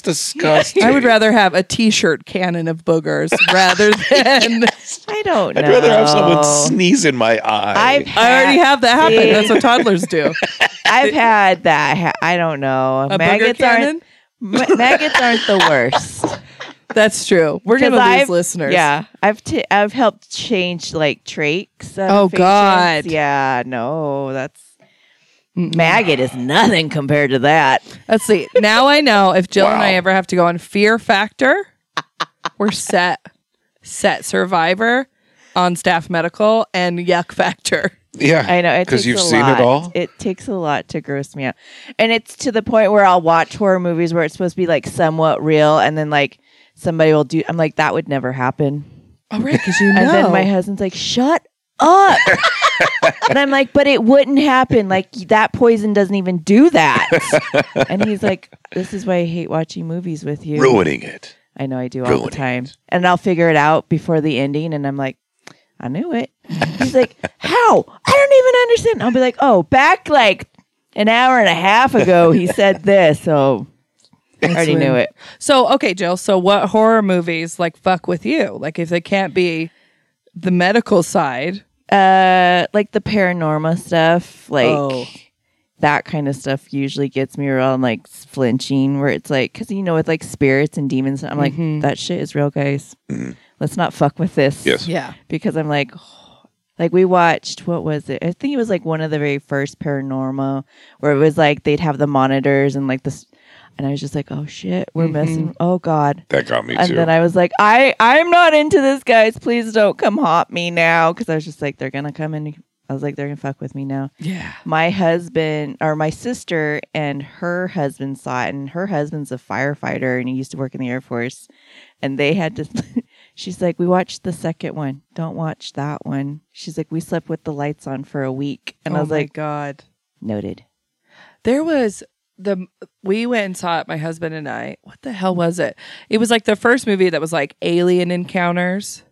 [laughs]
disgusting.
I would rather have a t shirt cannon of boogers
[laughs]
rather than.
I don't know.
I'd rather have someone sneeze in my eye.
I've
I already
had-
have that happen. That's what toddlers do.
[laughs] I've had that. ha- I don't know.
A booger
maggots
cannon?
aren't ma- maggots aren't the
[laughs]
worst.
That's true. We're going to lose
Because I've-
listeners.
Yeah, I've t- I've helped change like trachs. out
Oh,
of patients.
God.
Yeah, no, that's maggot is nothing compared to that.
Let's see. Now I know if Jill and I
Wow.
ever have to go on Fear Factor, we're set. Set Survivor on Staff Medical and Yuck Factor.
yeah.
I know
Because
because
you've seen it all.
It takes a lot to gross me out, and it's to the point where I'll watch horror movies where it's supposed to be like somewhat real, and then like somebody will do. I'm like, that would never happen.
All Oh, right, because [laughs] you
And then my husband's like, shut
[laughs]
up. and I'm like, but it wouldn't happen. Like, that poison doesn't even do
[laughs]
that. and he's like, this is why I hate watching movies with you.
Ruining it.
I know I do all
ruining
the time. And I'll figure it out before the ending. And I'm like, I knew it. He's
[laughs]
like, how? I don't even understand. I'll be like, oh, back like an hour and a half ago, he said this. So I already
when-
knew it.
so okay, Jill. So what horror movies like fuck with you? Like if they can't be the medical side,
uh like the paranormal stuff like
Oh.
that kind of stuff usually gets me around like flinching where it's like because you know with like spirits and demons i'm like
Mm-hmm.
that shit is real guys let's not fuck with this
Yes.
yeah,
because i'm like [sighs] like we watched what was it i think it was like one of the very first paranormal where it was like they'd have the monitors and like this and i was just like oh shit we're
Mm-hmm.
messing oh god
That got me
and
too.
then I was like, I I'm not into this, guys. Please don't come haunt me now, because I was just like, they're gonna come and I was like, they're gonna fuck with me now.
yeah.
My husband or my sister and her husband saw it, and her husband's a firefighter and he used to work in the Air Force, and they had to. [laughs] She's like, we watched the second one. Don't watch that one. She's like, we slept with the lights on for a week, and
oh
I was
my
like,
God.
noted.
There was the we went and saw it, my husband and I. What the hell was it? It was like the first movie that was like alien encounters.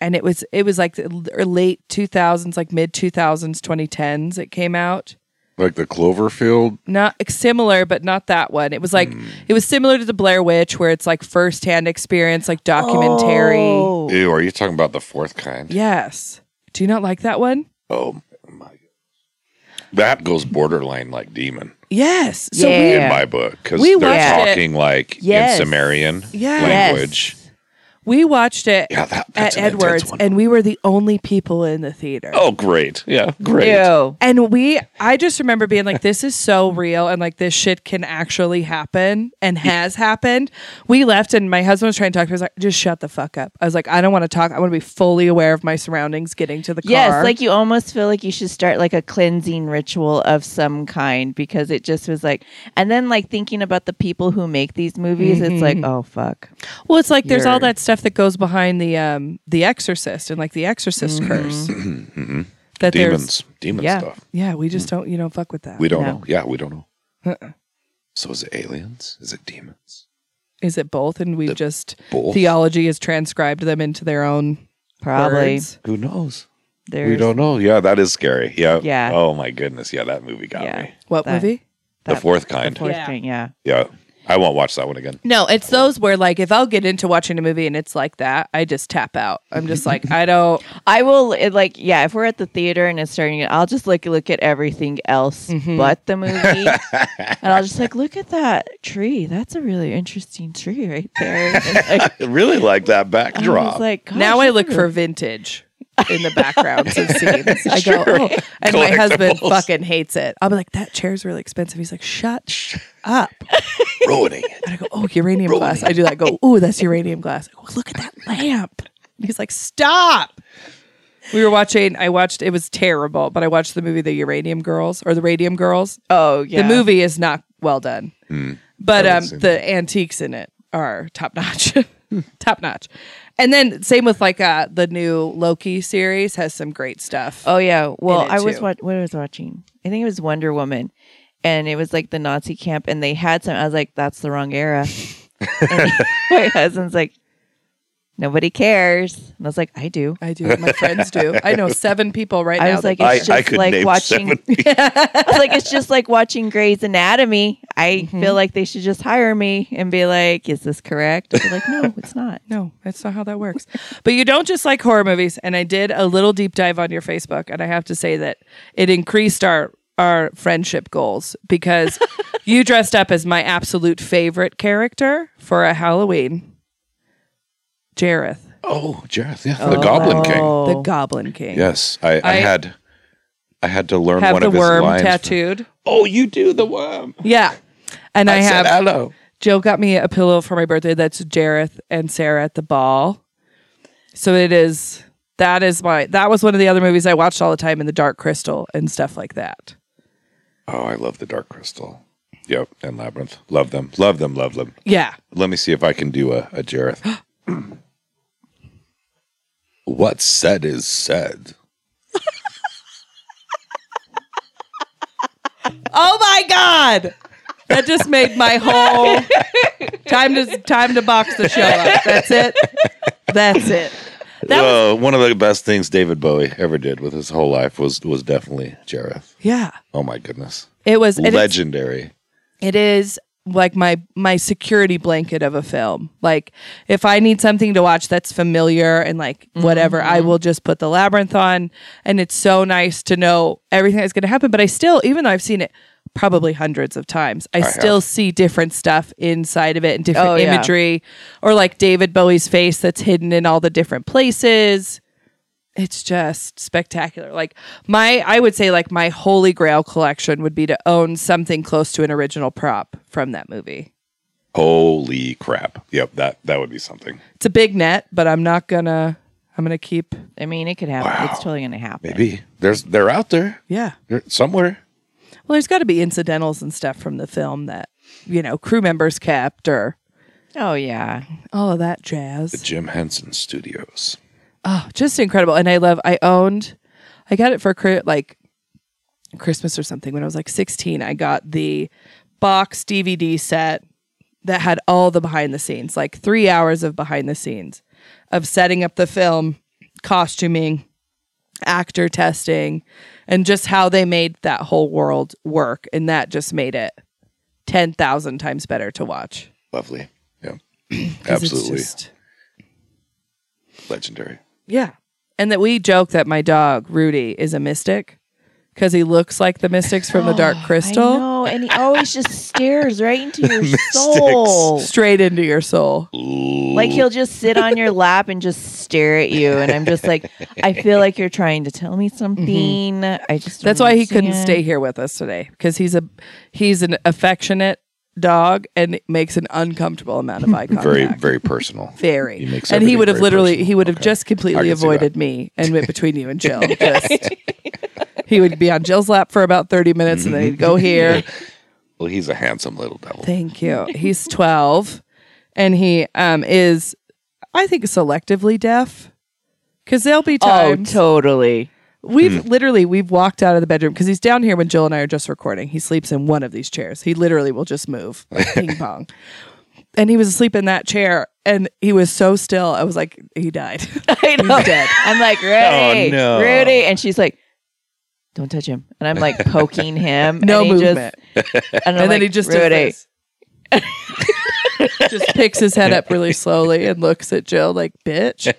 And it was it was like the l- late 2000s, like mid 2000s, 2010s it came out.
Like the Cloverfield.
Not similar, but not that one. It was like
Hmm.
it was similar to the Blair Witch where it's like firsthand experience, like documentary.
Oh.
Ew, are you talking about the fourth kind?
Yes. Do you not like that one?
Oh my. That goes borderline like demon
Yes. So we-
Yeah.
in my book because
We
they're
watched it.
talking like
Yes.
in Sumerian
Yes.
language.
we, watched it
Yeah, that,
at
that's an intense
Edwards
one.
and we were the only people in the theater.
oh, great. Yeah, great.
Ew.
And we, I just remember being like, this is so real and like this shit can actually happen and has happened. We left and my husband was trying to talk to me. I was like, just shut the fuck up. I was like, I don't want to talk. I want to be fully aware of my surroundings getting to the car.
Yes, like you almost feel like you should start like a cleansing ritual of some kind because it just was like, and then like thinking about the people who make these movies, it's
Mm-hmm.
like, oh fuck.
well, it's like there's all
you're-
that stuff that goes behind the, um, the exorcist and like the exorcist
Mm-hmm. [clears throat]
curse. That there's-
Demons, demon
Yeah.
stuff.
Yeah. We
Mm.
just don't, you don't fuck with that.
We don't
No.
know. Yeah, we don't know. So is it aliens? Is it demons?
Is it both? And we just,
Both?
theology has transcribed them into their own
Probably.
words.
Who knows?
There's
we don't know. Yeah, that is scary. Yeah.
Yeah.
Oh my goodness. Yeah, that movie got
Yeah.
me.
What
That-
movie?
The
That-
fourth
the
kind.
fourth
Yeah.
thing, yeah.
yeah. I won't watch that one again.
No, it's those where like if I'll get into watching a movie and it's like that, I just tap out. I'm just like I don't.
I will it, like yeah. If we're at the theater and it's starting, I'll just like look at everything else
Mm-hmm.
but the movie,
[laughs]
and I'll just like look at that tree. That's a really interesting tree right there. And,
[laughs]
like,
I really like that
I was
backdrop.
like, gosh,
now I
look
look for vintage in the backgrounds of scenes. I go, oh. and my husband
Collectibles.
fucking hates it. I'll be like, that chair's really expensive. He's like, shut up.
Ruining it.
And I go, oh, uranium glass. I do that. I go, oh, that's uranium glass. I go, look at that lamp. And he's like, stop. We were watching. I watched. It was terrible, but I watched the movie The Uranium Girls or The Radium Girls.
Oh yeah.
The movie is not well done, but um,
haven't seen
the antiques in it are top [laughs] notch, top notch. And then same with like uh, the new Loki series has some great stuff.
Oh yeah. Well,
it,
I was
too.
wa- what I was watching. I think it was Wonder Woman, and it was like the Nazi camp, and they had some. I was like, that's the wrong era. and [laughs] my husband's like, nobody cares, and I was like, I do.
I do. My friends do. I know seven people right
I
now.
was like,
that-
I,
it's
I
just
could
like
name
watching. [laughs]
seven.
I was like, it's just like watching Grey's Anatomy. I feel like they should just hire me and be like, is this correct? I'd be like, no, it's not.
no, that's not how that works. but you don't just like horror movies. And I did a little deep dive on your Facebook, and I have to say that it increased our our friendship goals because you dressed up as my absolute favorite character for a Halloween, Jareth.
Oh, Jareth. Yeah, the
Oh.
Goblin King.
the Goblin King.
Oh. Yes, I, I,
I-
had. I had to learn
Have
one
the
of his
worm
lines.
tattooed.
Oh, you do the worm.
Yeah. And I,
I,
have
said hello.
Jill got me a pillow for my birthday that's Jareth and Sarah at the ball. So it is that is my that was one of the other movies I watched all the time in the Dark Crystal and stuff like that.
Oh, I love the Dark Crystal. Yep, and Labyrinth. Love them. Love them. Love them.
Yeah.
Let me see if I can do a,
[gasps]
a Jareth. What's said is said.
Oh my god. That just made my whole time to time to box the show up. That's it. That's it. That was-
Oh, one of the best things David Bowie ever did with his whole life was was definitely Jareth.
Yeah.
Oh my goodness,
It was and it's-
legendary.
It is like my my security blanket of a film. Like if I need something to watch that's familiar and like
Mm-hmm,
whatever, I will just put the labyrinth on and it's so nice to know everything that's going to happen, but I still even though I've seen it probably hundreds of times, I, still see different stuff inside of it and different
Oh, yeah.
imagery or like David Bowie's face that's hidden in all the different places it's just spectacular. Like my I would say like my holy grail collection would be to own something close to an original prop from that movie.
Holy crap! Yep that that would be something.
It's a big net, but I'm not gonna I'm gonna keep
I mean, it could happen. It's totally going to happen.
Maybe there's they're out there
yeah.
They're somewhere.
Well, there's got to be incidentals and stuff from the film that you know crew members kept or
Oh yeah.
all of that
The
jazz.
Jim Henson Studios.
Oh, just incredible. And I love, I owned, I got it for cri- like Christmas or something when I was like 16. I got the box DVD set that had all the behind the scenes, like three hours of behind the scenes of setting up the film, costuming, actor testing, and just how they made that whole world work. And that just made it 10,000 times better to watch.
Lovely.
[clears throat]
Yeah.
'Cause it's
Absolutely
just-
legendary.
Yeah. And that we joke that my dog, Rudy, is a mystic because he looks like the mystics from
[gasps]
the Dark
I
Crystal
know, and he always just stares right
[laughs]
into your soul.
straight into your soul.
Like he'll just sit on your lap and just stare at you, and I'm just like, I feel like you're trying to tell me something. I just
Mm-hmm. That's
don't
why he couldn't
understand.
stay here with us today because he's a he's an affectionate dog and makes an uncomfortable amount of eye contact.
[laughs] Very, very personal.
Very.
He makes
and he
everything
would have
very
literally
personal.
he would have
Okay.
just completely
I can see
avoided me and went between you and
[laughs]
Jill. Just, he would be on Jill's lap for about thirty minutes and then he'd
[laughs]
go here.
Well, he's a handsome little devil.
Thank you. He's 12 and he um is I think selectively deaf. Cuz there'll be
Oh, Hmm.
times [laughs]
totally.
we've literally we've walked out of the bedroom cuz he's down here when Jill and I are just recording. He sleeps in one of these chairs. He literally will just move
[laughs]
like ping pong. And he was asleep in that chair and he was so still. I was like he died. [laughs]
I know. I'm like, Rudy,
Oh, no.
Rudy, and she's like, "Don't touch him." And I'm like poking him.
No
and he
movement.
Just, and I'm
and
like,
then he just does
Rudy.
this.
[laughs]
just picks his head up really slowly and looks at Jill like,
[laughs]
"Bitch."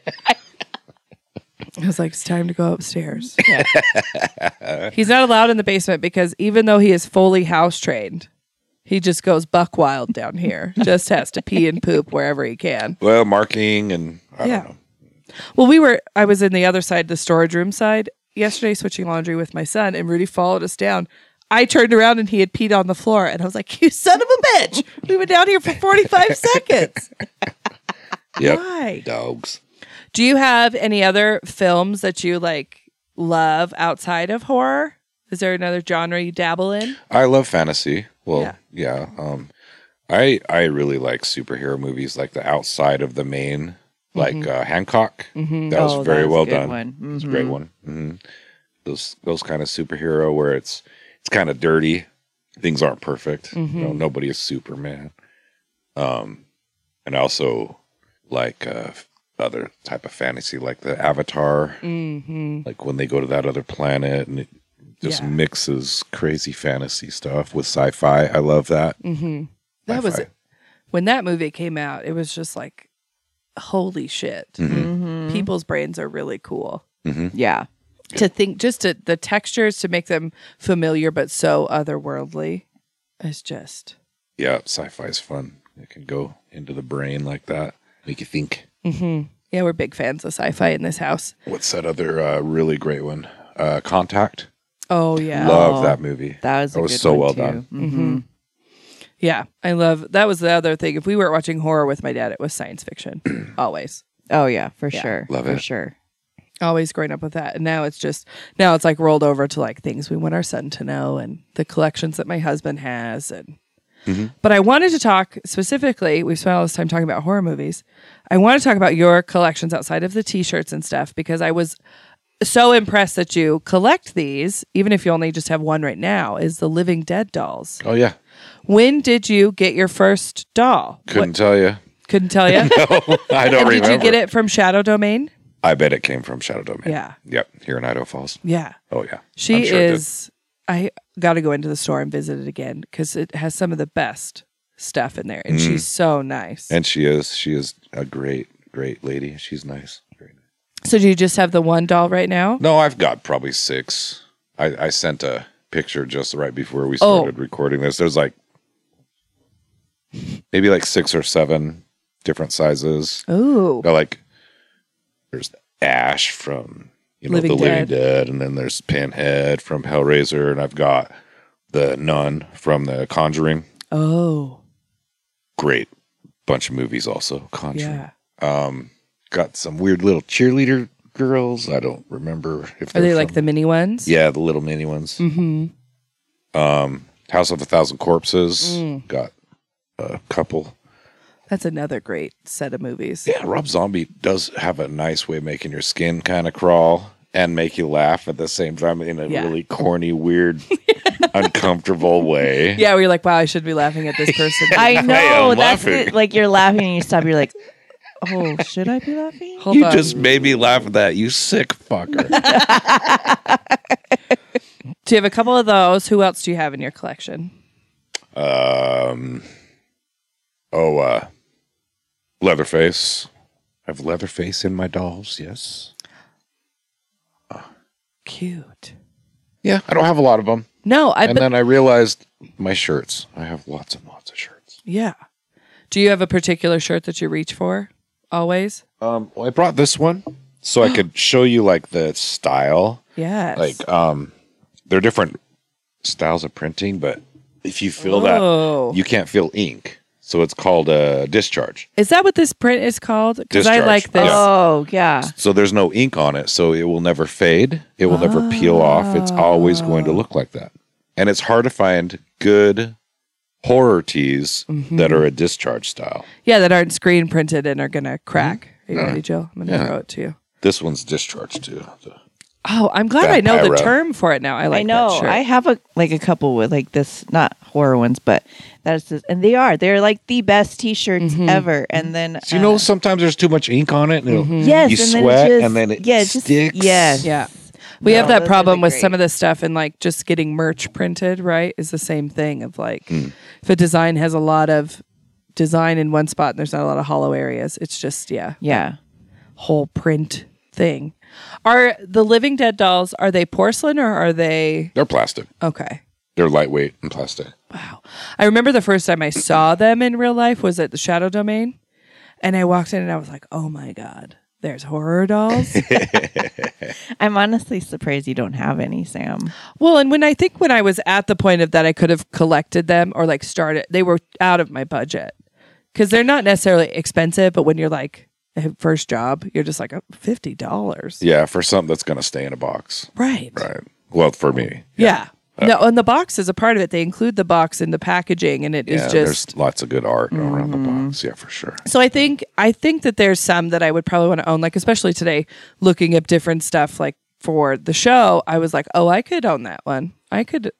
I was like, "It's time to go upstairs." He's not allowed in the basement because even though he is fully house trained, he just goes buck wild down here. just has to pee and poop wherever he can.
Well, marking and I
Yeah.
don't know.
Well, we were. I was in the other side, the storage room side, yesterday, switching laundry with my son, and Rudy followed us down. I turned around and he had peed on the floor, and I was like, [laughs] "You son of a bitch! We were down here for
[laughs]
forty-five seconds.
Yep.
Why?
Dogs.
Do you have any other films that you like love outside of horror? Is there another genre you dabble in?
I love fantasy. Well,
Yeah.
yeah. Um, I I really like superhero movies, like the outside of the main, like uh, Hancock.
Mhm.
That was
Mm-hmm. Oh,
very
was a
well
good
done.
One. Mhm.
It's a
Mm-hmm.
great one. hmm Those those kind of superhero where it's it's kind of dirty. Things aren't perfect. You
Mm-hmm.
know, nobody is Superman. Um, and I also like uh, other type of fantasy, like the Avatar,
Mm-hmm.
like when they go to that other planet and it just
Yeah.
mixes crazy fantasy stuff with sci-fi. I love that.
Mm-hmm. That was
Sci-fi.
when that movie came out. It was just like, holy shit!
Mhm.
Mhm.
People's brains are really cool.
Mm-hmm.
Yeah.
to think just to the textures to make them familiar but so otherworldly is just
Yeah, sci-fi is fun. It can go into the brain like that. Make you think.
yeah we're big fans of sci-fi in this house
What's that other uh, really great one? Uh, Contact.
oh yeah
Love
Oh.
that movie.
That was a
That was
good
so
one,
well
too.
done.
Mm-hmm.
Mhm.
yeah i love that was the other thing if we weren't watching horror with my dad it was science fiction [clears throat] always
Oh yeah, for
Yeah.
sure.
Love
for
it.
sure.
always growing up with that and now it's just now it's like rolled over to like things we want our son to know and the collections that my husband has and
Mm-hmm.
but i wanted to talk specifically we've spent all this time talking about horror movies i want to talk about your collections outside of the t-shirts and stuff because i was so impressed that you collect these even if you only just have one right now is the living dead dolls
Oh yeah,
when did you get your first doll
couldn't tell you.
What- couldn't tell you
[laughs] I don't
and
remember.
did you get it from shadow domain
I bet it came from Shadow Domain.
Yeah.
Yep. Here in Idaho Falls.
yeah
Oh yeah. I'm
She
sure it did.
is. I got to go into the store and visit it again because it has some of the best stuff in there, and she's so nice.
Mm. And she is. She is a great, great lady. She's nice. Very nice.
so, do you just have the one doll right now?
No, I've got probably six. I, I sent a picture just right before we
Oh.
started recording this. There's like maybe like six or seven different sizes.
Ooh,
They're like there's Ash from you know
Living
the Living
Dead.
Dead, and then there's Pinhead from Hellraiser, and I've got the Nun from The Conjuring.
oh,
Great bunch of movies also Conjuring.
yeah.
Um, got some weird little cheerleader girls. I don't remember if
Are
they're
they like
from-
the mini ones?
yeah the little mini ones.
Mm-hmm.
Um, House of a Thousand Corpses
Mm.
got a couple.
That's another great set of movies.
Yeah, Rob Zombie does have a nice way of making your skin kind of crawl and make you laugh at the same time in a
Yeah.
really corny, weird, [laughs] uncomfortable way.
Yeah, where you're like, wow, I should be laughing at
[laughs]
this person.
I know.
am
that's
laughing.
it. Like you're laughing and you stop. You're like, oh, should I be laughing?
Hold
You
on.
just made me laugh at that, you
[laughs]
sick fucker.
do you have a couple of those? Who else do you have in your collection?
um, oh, uh, Leatherface. I have Leatherface in my dolls, yes.
Cute.
Yeah, I don't have a lot of them.
No, I
and
but,
then I realized my shirts. I have lots and lots of shirts.
yeah. Do you have a particular shirt that you reach for always?
Um, well, I brought this one so I could show you like the style.
Yes.
like um there are different styles of printing but if you feel that
Oh.
you can't feel ink so it's called a discharge
Is that what this print is called? Because I
Discharge.
like this.
[laughs] Yeah.
Oh yeah.
so there's no ink on it so it will never fade it will never peel off it's always going to look like that and it's hard to find good horror tees that are a discharge style
Yeah, that aren't screen printed and are gonna crack. Are you
Yeah.
ready, Jill? I'm gonna
Mm-hmm. Yeah.
throw it to you.
this one's discharge too
Oh, I'm glad I know the
Vampiro.
term for it now. I like
I know.
that shirt.
I have a like a couple with like this, not horror ones, but that's this, and they are. They're like the best T-shirts ever. And then
so Mm-hmm. you know
uh,
sometimes there's too much ink on it and it'll-
yes,
you
and
sweat
then it just,
and then it
yeah, just-
sticks
yes,
Yeah. We have
No,
that
those are
problem
the
with
great-
some of this stuff and like just getting merch printed, right? Is the same thing of like
Hmm.
if a design has a lot of design in one spot and there's not a lot of hollow areas, it's just yeah,
yeah.
whole print thing. Are the Living Dead dolls are they porcelain or are they
they're plastic
okay?
they're lightweight and plastic
I remember the first time I saw them in real life was at the Shadow Domain. And I walked in and I was like, oh my God, there's horror
[laughs]
dolls.
I'm honestly surprised you don't have any, Sam.
well, and when I think when I was at the point of that, I could have collected them or like started, they were out of my budget because they're not necessarily expensive. But when you're like, eh, first job, you're just like, oh, $50.
yeah for something that's going to stay in a box
Right.
right well for me
Yeah. No, and the box is a part of it. They include the box in the packaging, and it is
yeah,
just Mm-hmm.
there's lots of good art around the box. Yeah, for sure.
So I think I think that there's some that I would probably want to own, like especially today, looking up different stuff like for the show. I was like, oh, I could own that one. I could,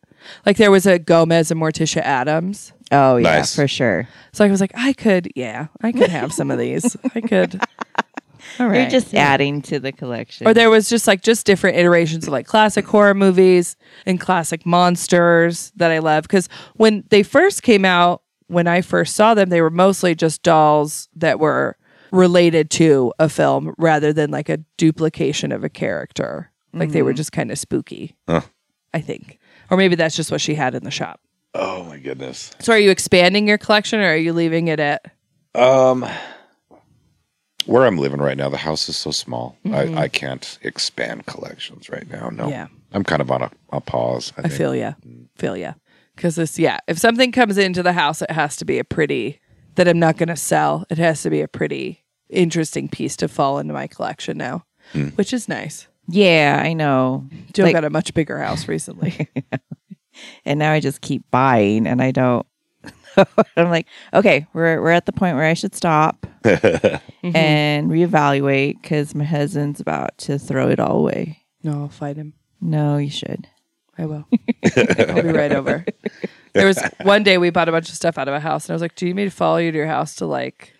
like, there was a Gomez and Morticia Adams.
Oh yeah,
Nice.
for sure.
So I was like, I could, yeah, I could have some of these. I could. All right.
You're just adding to the collection.
or there was just like just different iterations of like classic horror movies and classic monsters that I love because when they first came out, when I first saw them, they were mostly just dolls that were related to a film rather than like a duplication of a character. Like they were just kind of spooky,
Huh.
I think, or maybe that's just what she had in the shop.
Oh my goodness.
So, are you expanding your collection or are you leaving it at?
Um, where I'm living right now, the house is so small. I, I can't expand collections right now. No.
Mm-hmm. Yeah.
I'm kind of on a, a pause.
I
I, think.
feel ya. Feel ya. Because this, yeah, if something comes into the house, it has to be a pretty, that I'm not going to sell. It has to be a pretty interesting piece to fall into my collection now, which is nice.
yeah, I know.
Joe
Like-
got a much bigger house recently.
and now I just keep buying, and I don't. [laughs] I'm like, okay, we're we're at the point where I should stop and reevaluate because my husband's about to throw it all away.
no, I'll fight him.
No, you should.
I will. I'll be right over. There was one day we bought a bunch of stuff out of a house, and I was like, "Do you need me to follow you to your house to like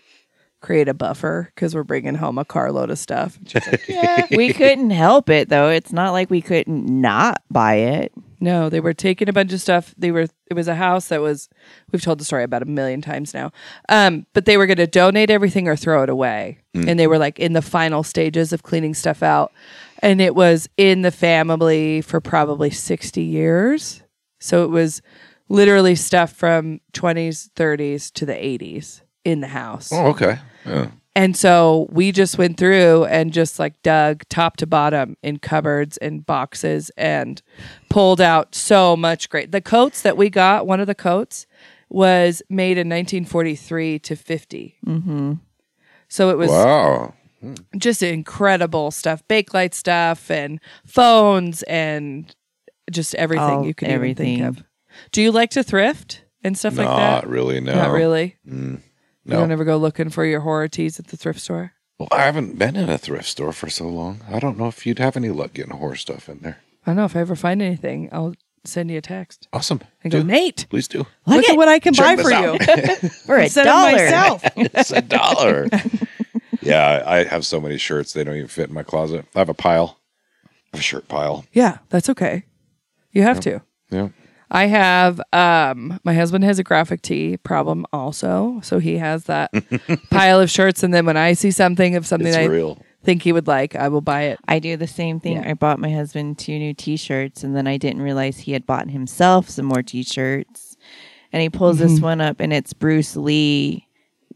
create a buffer because we're bringing home a carload of stuff?" And she's like,
we couldn't help it though. It's not like we couldn't not buy it.
No, they were taking a bunch of stuff. They were it was a house that was we've told the story about a million times now. Um, but they were gonna donate everything or throw it away. And they were like in the final stages of cleaning stuff out. And it was in the family for probably sixty years. So it was literally stuff from twenties, thirties to the eighties in the house.
Oh, okay. Yeah.
And so we just went through and just like dug top to bottom in cupboards and boxes and pulled out so much great. The coats that we got, one of the coats was made in 1943 to 50. Mm-hmm. So it was
Wow.
just incredible stuff bakelite stuff and phones and just everything
All-
you can even
everything.
think of. Do you like to thrift and stuff like
Not
that?
really. No.
Not really. You
No.
don't ever go looking for your horror tees at the thrift store.
Well, I haven't been in a thrift store for so long. I don't know if you'd have any luck getting horror stuff in there.
I don't know if I ever find anything. I'll send you a text
Awesome.
and go,
Do.
Nate,
Please do.
look,
Look
at
it.
what I can
Check
buy
this
for
out.
you.
[laughs]
For a
Instead of
dollar.
myself.
it's a dollar. [laughs] yeah, I I have so many shirts they don't even fit in my closet. I have a pile, I have a shirt pile.
Yeah, that's okay. You have to.
Yeah.
I have um my husband has a graphic tee problem also, so he has
[laughs]
that pile of shirts and then when I see something of something
It's
I
real.
think he would like, I will buy it.
I do the same thing.
Yeah.
I bought my husband two new T-shirts, and then I didn't realize he had bought himself some more T-shirts. And he pulls this
Mm-hmm.
one up, and it's Bruce Lee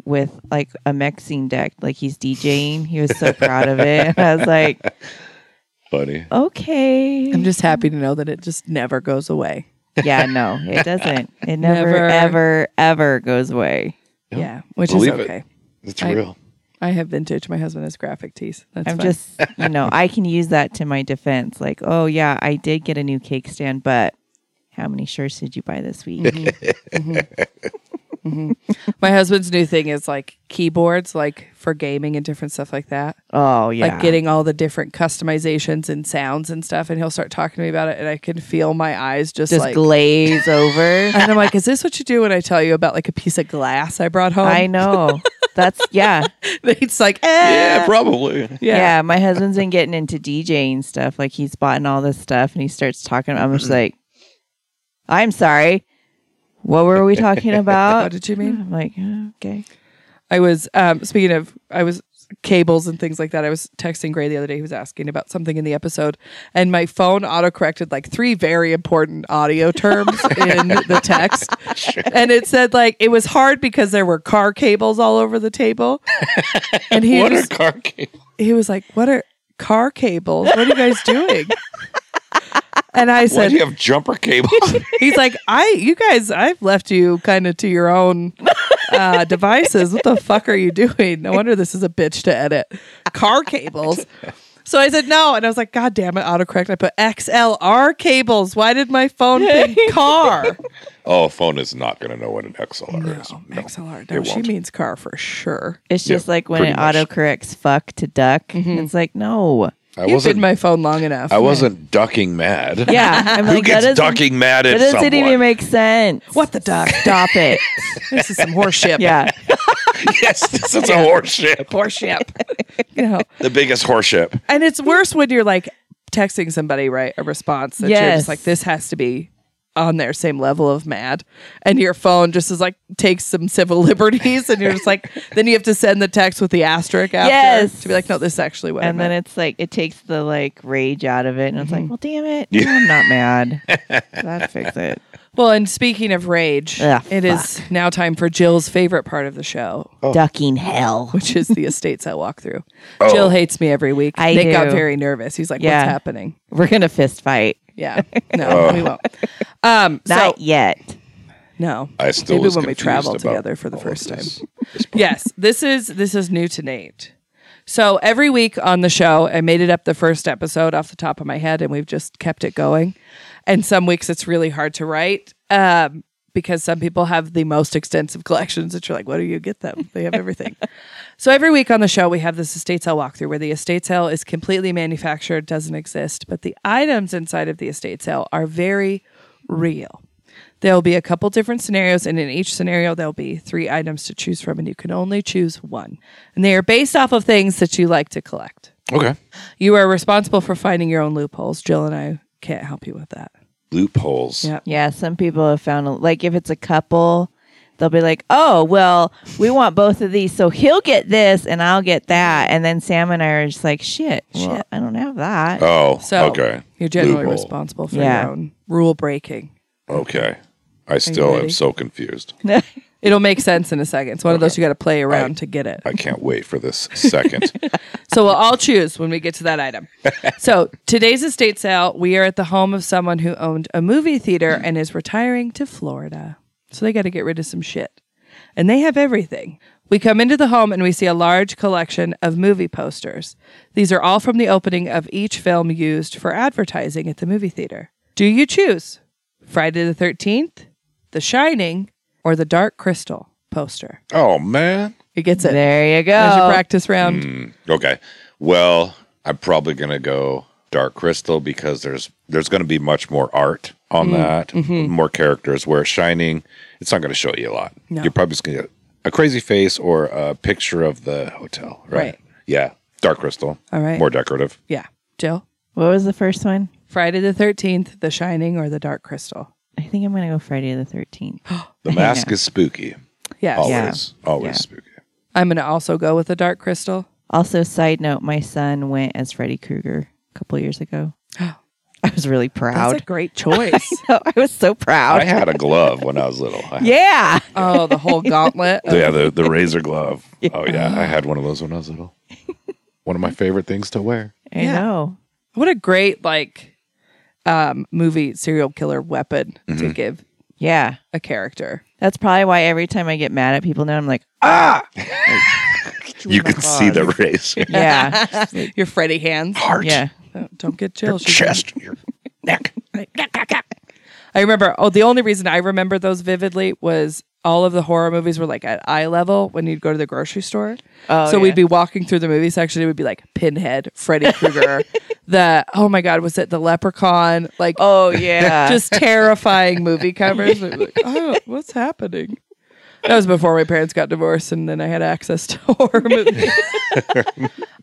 with like a mixing deck, like he's DJing. He was so proud of it. [laughs] And I was like,
Funny.
okay,
I'm just happy to know that it just never goes away.
[laughs] yeah, no, it doesn't. It never,
Never.
ever, ever goes away.
Yeah.
Yeah, which
Believe
is
it.
okay.
It's
I-
real.
I have vintage. My husband has graphic tees. That's
I'm
fine.
just, you know, I can use that to my defense. Like, oh yeah, I did get a new cake stand, but how many shirts did you buy this week?
Mm-hmm. my husband's new thing is like keyboards, like for gaming and different stuff like that.
oh yeah,
like getting all the different customizations and sounds and stuff. And he'll start talking to me about it, and I can feel my eyes just,
just
like.
[laughs]
glaze over.
and I'm like, is this what you do when I tell you about like a piece of glass I
Oh.
brought home?
I know. That's yeah.
[laughs] it's like, eh.
[laughs] Yeah, probably.
yeah,
yeah,
My husband's been getting into DJing stuff. Like he's bought all this stuff, and he starts talking. I'm just like, I'm sorry. What were we talking
What
[laughs]
about?
did you mean?
I'm like, "Oh, okay.
I was um, speaking of I was cables and things like that. I was texting Gray the other day. He was asking about something in the episode, and my phone autocorrected like three very important audio
[laughs]
terms in the text, and it said like it was hard because there were car cables all over the table, and he
What
was,
are car cables?
he was like, "What are car cables? What are you guys
[laughs]
doing?" And I
Why
said,
do you have
[laughs]
jumper cables?
He's like, I, you guys, I've left you kind of to your own uh, devices. What the fuck are you doing? No wonder this is a bitch to edit. Car cables. So I said no, and I was like, God damn it, autocorrect. I put XLR cables. Why did my phone think car?
[laughs]
Oh,
oh, phone is not going to know what an XLR is.
No,
No.
XLR.
it
No, she
won't.
means car for sure.
It's
Yeah,
just like when
pretty
it
much. Mm-hmm.
autocorrects "fuck" to "duck." It's like, no.
I
You've been
wasn't.
my phone long enough.
I wasn't ducking mad.
Yeah, I'm
Who
like, that
gets
doesn't-
ducking mad
That
at
doesn't
someone? [laughs]
even make sense.
What the duck?
Stop it.
This is some horse shit.
yeah.
yes, this is a horse ship.
Horse shit. [laughs] you know.
The biggest horse ship.
And it's worse when you're like texting somebody, right? A response that you're
Yes.
just like, this has to be on their same level of mad. And your phone just is like, takes some civil [laughs] liberties. And you're just like, then you have to send the text with the asterisk after
Yes.
to be like, no, this is actually what
and
I
then
meant. Mm-hmm.
it's like it takes the like rage out of it and it's like well damn it i'm not
[laughs]
mad that fix it
well, and speaking of rage,
Ah,
it is now time for Jill's favorite part of the show,
ducking hell
Oh. which is
[laughs]
the estates I walk through. Jill hates me every week.
I
Nick got
do.
very nervous. He's like,
Yeah.
what's happening?
we're gonna fist fight [laughs]
Yeah. No,
Oh.
we won't. Um, so,
not yet
no.
I still
Maybe
was
when we
confused
travel
about
together for the
all of
first time.
this.
yes this is this is new to nate so every week on the show i made it up the first episode off the top of my head and we've just kept it going and some weeks it's really hard to write um, because some people have the most extensive collections that you're like what do you get them they have [laughs] everything so every week on the show we have this estate sale walkthrough where the estate sale is completely manufactured doesn't exist but the items inside of the estate sale are very real There'll be a couple different scenarios, and in each scenario, there'll be three items to choose from, and you can only choose one. And they are based off of things that you like to collect.
Okay.
You are responsible for finding your own loopholes. Jill and I can't help you with that.
Loopholes.
Yeah.
yeah some people have found like if it's a couple they'll be like oh well we want both of these so he'll get this and i'll get that and then sam and i are just like shit shit i don't have that
Oh,
So
okay.
you're generally
Loophole.
responsible for
Yeah.
your own rule breaking.
Okay. I still
ready?
am so confused.
It'll make sense in a second. It's one of those you got to play around to get it.
I can't wait for this
[laughs]
second.
So we'll all choose when we get to that item. So today's estate sale, we are at the home of someone who owned a movie theater and is retiring to Florida. So they got to get rid of some shit. And they have everything. We come into the home and we see a large collection of movie posters. These are all from the opening of each film used for advertising at the movie theater. Do you choose Friday the 13th, The Shining, or The Dark Crystal? poster.
Oh man.
It gets it.
There you go.
There's your practice round.
Mm, okay. Well, I'm probably gonna go Dark Crystal because there's there's gonna be much more art
Mm,
on that,
mm-hmm.
more characters. Where Shining, it's not gonna show you a lot.
No.
You're probably just gonna get a crazy face or a picture of the hotel, right?
Right.
Yeah. Dark Crystal.
All right.
More decorative.
Yeah. Jill?
What was the first one?
Friday the 13th, The Shining, or The Dark Crystal?
I think I'm gonna go Friday
[gasps]
the 13th.
The mask is spooky.
Yes.
Always.
Yeah.
Always
Yeah.
spooky.
I'm going to also go with The Dark Crystal.
also, side note, my son went as Freddy Krueger a couple years [gasps] ago. I was really
That's
proud.
a great choice.
[laughs] No, I was so proud.
I had a glove when I was little. I
[laughs]
had-
yeah.
[laughs] oh, the whole gauntlet. of-
Oh, Yeah, [laughs] the, the razor glove. Oh yeah, I had one of those when I was little. One of my favorite things to wear.
I
Yeah.
know.
What a great, like, um, movie serial killer weapon
Mm-hmm.
to give
Yeah.
a character.
That's probably why every time I get mad at people now, I'm [laughs] like,
You can see the razor.
yeah,
Your Freddy hands.
Heart,
yeah.
Oh, Don't get chills. She's
chest, your neck.
I remember. Oh, the only reason I remember those vividly was all of the horror movies were like at eye level when you'd go to the grocery store.
Oh,
so
yeah.
we'd be walking through the movie section. It would be like Pinhead, Freddy
[laughs]
Krueger, the oh my god, was it the Leprechaun? Like
[laughs] Oh [laughs] yeah.
just terrifying movie covers. We'd be like, oh, what's happening? That was before my parents got divorced, and then I had access to [laughs] horror movies.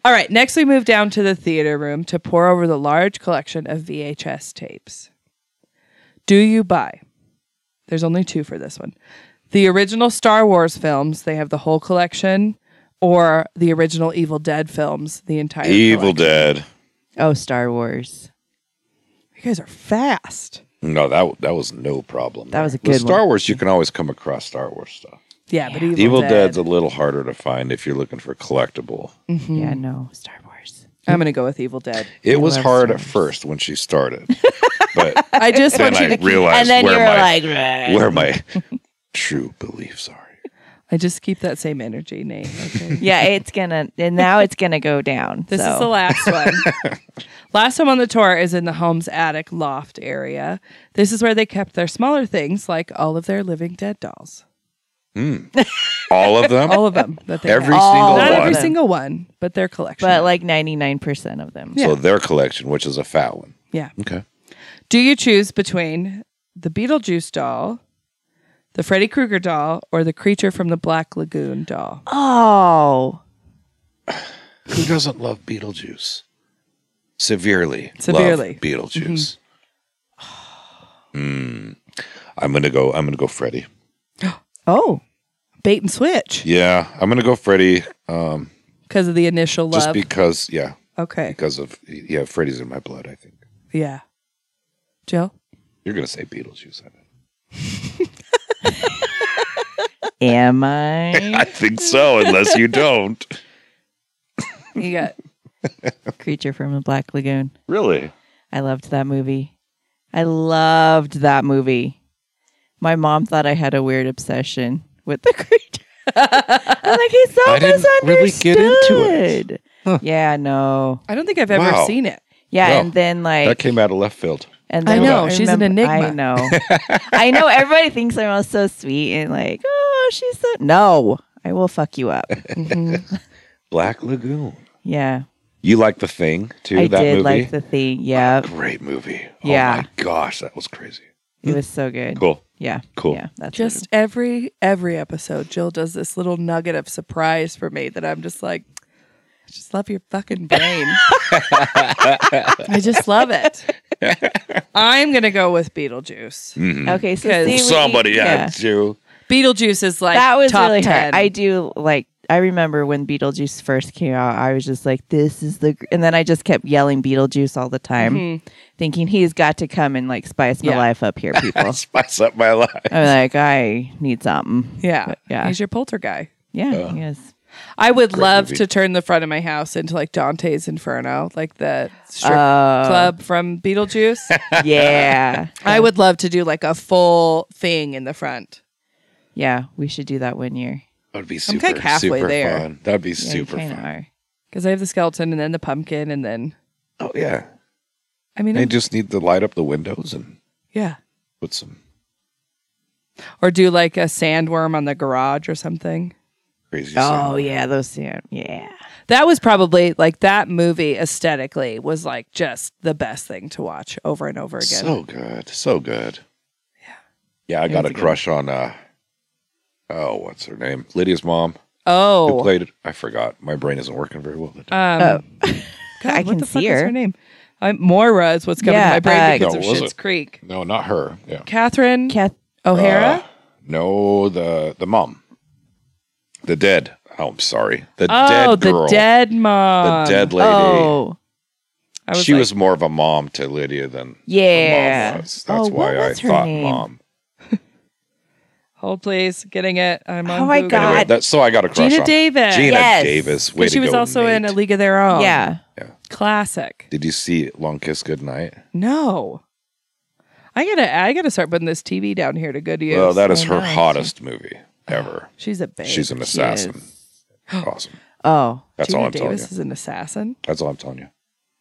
All right, next we move down to the theater room to pour over the large collection of VHS tapes. Do you buy? There's only two for this one. The original Star Wars films, they have the whole collection, or the original Evil Dead films, the entire
Evil
collection.
Dead.
oh, Star Wars.
You guys are fast.
No, that that was no problem.
That was a
there. With
good
Star
one.
Wars. You can always come across Star Wars stuff.
Yeah, but Evil,
Evil
Dead.
Dead's a little harder to find if you're looking for collectible.
Yeah, no, Star Wars.
I'm gonna go with Evil Dead.
It was
love
hard
Star
at first when she started, but
I just
then
want you
I
to keep,
realized where my [laughs]
"Right."
where my true beliefs are.
I just keep that same energy, Nate. Okay.
yeah, it's gonna, and now it's gonna go down.
This
so.
is the last one. [laughs] last one on the tour is in the home's attic loft area. This is where they kept their smaller things, like all of their living dead dolls.
All of them.
All of them that they
[laughs] Every
had.
single
All
not
one.
of
every
them.
single one, but their collection.
but like 99% of them.
Yeah.
So their collection, which is a fat one.
yeah.
Okay.
Do you choose between the Beetlejuice doll, the Freddy Krueger doll, or the creature from the Black Lagoon doll?
Oh,
Who doesn't love Beetlejuice? Severely. love
Severely.
Beetlejuice.
Mm-hmm.
Mm. I'm gonna go. I'm gonna go Freddy.
Oh, bait and switch
Yeah, I'm gonna go Freddy. Um,
because of the initial
just
love.
because. Yeah,
okay.
because of yeah, Freddy's in my blood. I think
Yeah. Jill?
you're gonna say Beetlejuice. I,
[laughs]
bet.
am I?
I think so, unless you don't.
You got
Creature from the Black Lagoon.
Really?
I loved that movie. I loved that movie. My mom thought I had a weird obsession with the [laughs] creature. I'm like, he's so
I didn't
misunderstood.
really get into it.
Yeah, no.
I don't think I've ever
Wow.
seen it.
Yeah,
Well,
and then
That
like,
came out of left field.
and
I
then
know, she's an
remember- I
enigma.
know.
[laughs]
I know. Everybody thinks I'm all so sweet and like, oh, she's so. No, I will fuck you
[laughs]
up.
Black Lagoon.
Yeah,
You like the thing too?
I
that
did
movie.
like the thing. Yeah,
Great movie.
Yeah.
Oh my gosh, that was crazy.
it was so good.
Mm. Cool.
Yeah,
Cool.
Yeah, that's what
Just every every episode, Jill does this little nugget of surprise for me that I'm just like, I just love your fucking
[laughs]
brain. I just love it. I'm gonna go with Beetlejuice.
Mm.
it- Okay, so
Because-
see, we-
Somebody
yeah.
had to.
Beetlejuice is like
that was
top
really
ten.
hard. I do like. I remember when Beetlejuice first came out. I was just like, "This is the," gr-" and then I just kept yelling Beetlejuice all the time, thinking he's got to come and like spice my
Mm-hmm. Yeah.
life
[laughs]
up here, people.
Spice up my life.
I'm like, I need something.
yeah,
Yeah.
He's your polter guy.
Yeah,
Uh. [laughs]
yes.
I would love
movie.
to turn the front of my house into like Dante's Inferno, like the strip
Oh.
club from
[laughs]
Beetlejuice.
Yeah,
I would love to do like a full thing in the front.
yeah. We should do that one year.
That would be super,
like, halfway
super
there.
fun. That'd be
Yeah,
super
kinda
fun.
are.
Because I have the skeleton and then the pumpkin and then
Oh yeah.
I mean
They
I'm-
just need to light up the windows and
yeah.
put some
Or do like a sandworm on the garage or something.
Crazy.
Oh
sound.
yeah, those sand. Yeah.
That was probably like that movie aesthetically was like just the best thing to watch over and over again.
So good. So good. Yeah. Yeah, I got
was
a
a good
crush on uh oh, what's her name? Lydia's mom. Who
oh,
played it? I forgot. My brain isn't working very well.
um,
Oh.
God,
I
what
can
the fuck
see
is
her.
her name. i Moira is what's coming
Yeah,
to my brain
uh,
because
No,
of
was
Shit's
it?
Creek.
No, not her. Yeah.
Catherine
Kath-
O'Hara.
Uh, no, the the mom. The dead. Oh, I'm sorry. The
oh,
dead girl.
the dead mom.
The dead lady.
oh
I was
she
like,
was more of a mom to Lydia than her mom
yeah.
was.
Oh,
That's why
what
I
was her
thought
name?
mom.
Hold please, getting it. I'm on
Oh my
Google.
God.
Anyway, that, so I got a crush
Gina
on
Davis.
Gina
Yes.
Davis. Way
But she
to
was
go,
also in
Nate.
A League of Their Own.
Yeah.
classic.
Did you see Long Kiss Goodnight?
No, I gotta, I gotta start putting this TV down here to good use.
well, that is
I
her
know, I see.
hottest movie ever.
she's a babe.
She's an
She
assassin.
is.
[gasps]
Awesome.
Oh,
That's
Gina
all I'm telling
Davis
you.
is an assassin.
That's all I'm telling you.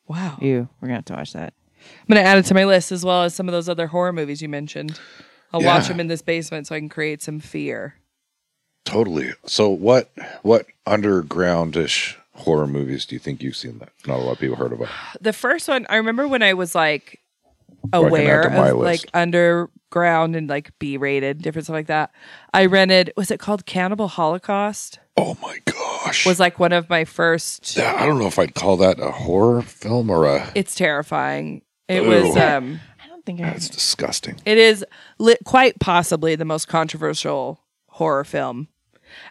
Wow.
ew. We're gonna have to watch that.
I'm gonna add it to my list as well as some of those other horror movies you mentioned. I'll
Yeah.
watch them in this basement so I can create some fear.
Totally. So what what undergroundish horror movies do you think you've seen that not a lot of people heard
[sighs]
about?
The first one I remember when I was like
can add
aware
to my
of
list.
like underground and like B rated, different stuff like that. I rented was it called Cannibal Holocaust?
Oh my gosh.
Was like one of my first
Yeah, I don't know if I'd call that a horror film or a
it's terrifying. It
Ew.
was um
I don't think I.
that's disgusting.
It is li- quite possibly the most controversial horror film.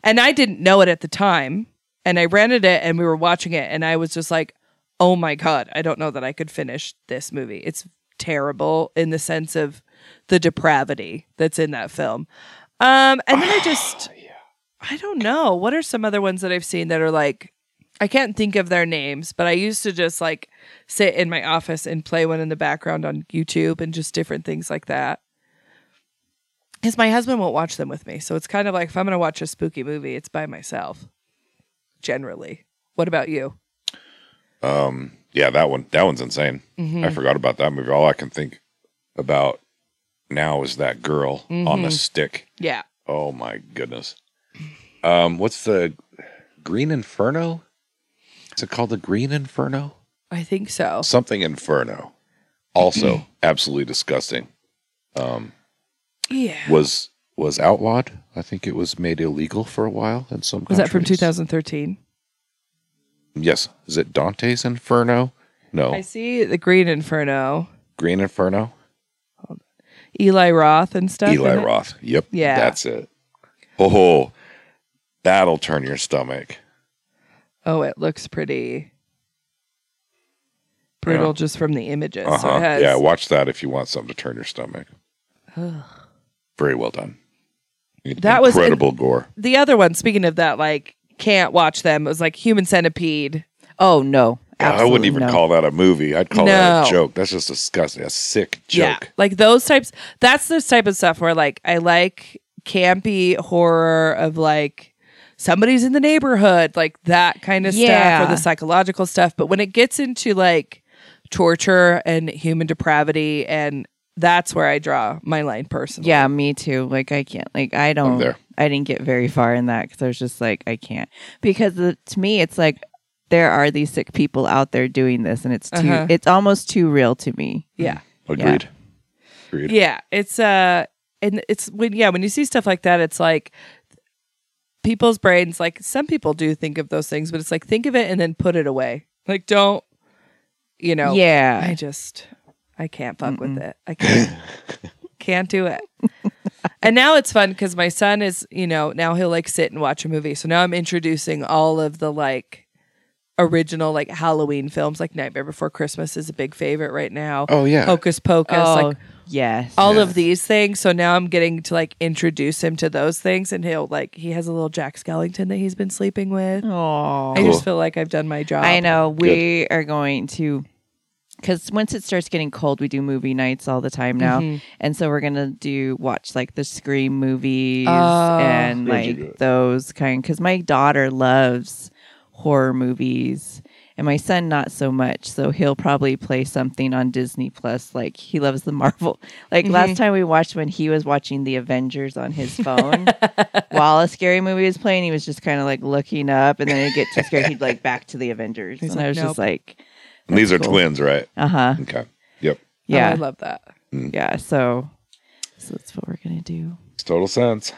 And I didn't know it at the time. And I rented it and we were watching it. And I was just like, oh my God, I don't know that I could finish this movie. It's terrible in the sense of the depravity that's in that film. Um, and then I just, I don't know. What are some other ones that I've seen that are like, I can't think of their names, but I used to just like sit in my office and play one in the background on YouTube and just different things like that. Because my husband won't watch them with me. So it's kind of like if I'm going to watch a spooky movie, it's by myself generally. What about you?
Um yeah, that one that one's insane.
Mm-hmm.
I forgot about that movie. All I can think about now is that girl on the stick.
Mm-hmm. Yeah.
Oh my goodness. Um what's the Green Inferno? Is it called the Green Inferno?
I think so.
Something Inferno.
Mm-hmm.
Also absolutely disgusting. Um
Yeah.
was was outlawed. I think it was made illegal for a while in some.
Was that from
countries.
2013?
Yes. Is it Dante's Inferno? No.
I see the Green Inferno,
Green Inferno.
Eli Roth and stuff.
Eli
in it.
Roth. Yep.
Yeah.
That's it. Oh, that'll turn your stomach.
Oh, it looks pretty brutal just from the images.
Uh
So
huh.
it has
yeah. Watch that if you want something to turn your stomach. Very well done.
That was an-
incredible gore.
the other one, speaking of that, like can't watch them. It was like Human Centipede.
Oh no.
Yeah, I wouldn't
Absolutely
even
no.
call that a movie. I'd call that
No.
a joke. That's just disgusting. A sick joke.
Like those types. That's the type of stuff where like I like campy horror of like somebody's in the neighborhood, like that kind of
Yeah.
stuff or the psychological stuff. But when it gets into like torture and human depravity and that's where I draw my line personally.
Yeah, me too. Like I can't. Like I don't.
there.
I didn't get very far in that because I was just like, I can't. Because the, to me, it's like there are these sick people out there doing this, and it's too.
Uh-huh.
It's almost too real to me.
Yeah.
Agreed. Agreed.
Yeah, it's uh and it's when yeah, when you see stuff like that, it's like people's brains like some people do think of those things, but it's like think of it and then put it away. Like don't you know I
Yeah.
just I can't fuck with it. I
[laughs]
can't can't do it. and now it's fun because my son is, you know, now he'll like sit and watch a movie. So now I'm introducing all of the like original like Halloween films, like Nightmare Before Christmas is a big favorite right now.
Oh yeah.
Hocus Pocus,
oh
like
yes.
all of these things. So now I'm getting to like introduce him to those things, and he'll like he has a little Jack Skellington that he's been sleeping with.
Oh.
I
Cool.
just feel like I've done my job.
I know we are going to because once it starts getting cold, we do movie nights all the time now,
Mm-hmm.
and so we're gonna do watch like the Scream movies
Oh.
and
Those are
like
good.
those kind. Because my daughter loves horror movies, and my son not so much. So he'll probably play something on Disney Plus. Like he loves the Marvel. Like
Mm-hmm.
last time we watched when he was watching the Avengers
[laughs]
on his phone while a scary movie was playing, he was just kind of like looking up, and then he'd get too scared, he'd like back to the Avengers,
He's
and
like,
I was
"Nope."
just like,
And these are
That's cool.
twins, right?
uh huh,
Okay. Yep.
Oh, I
yeah,
love that.
yeah. So, so that's what we're gonna do.
Makes total sense.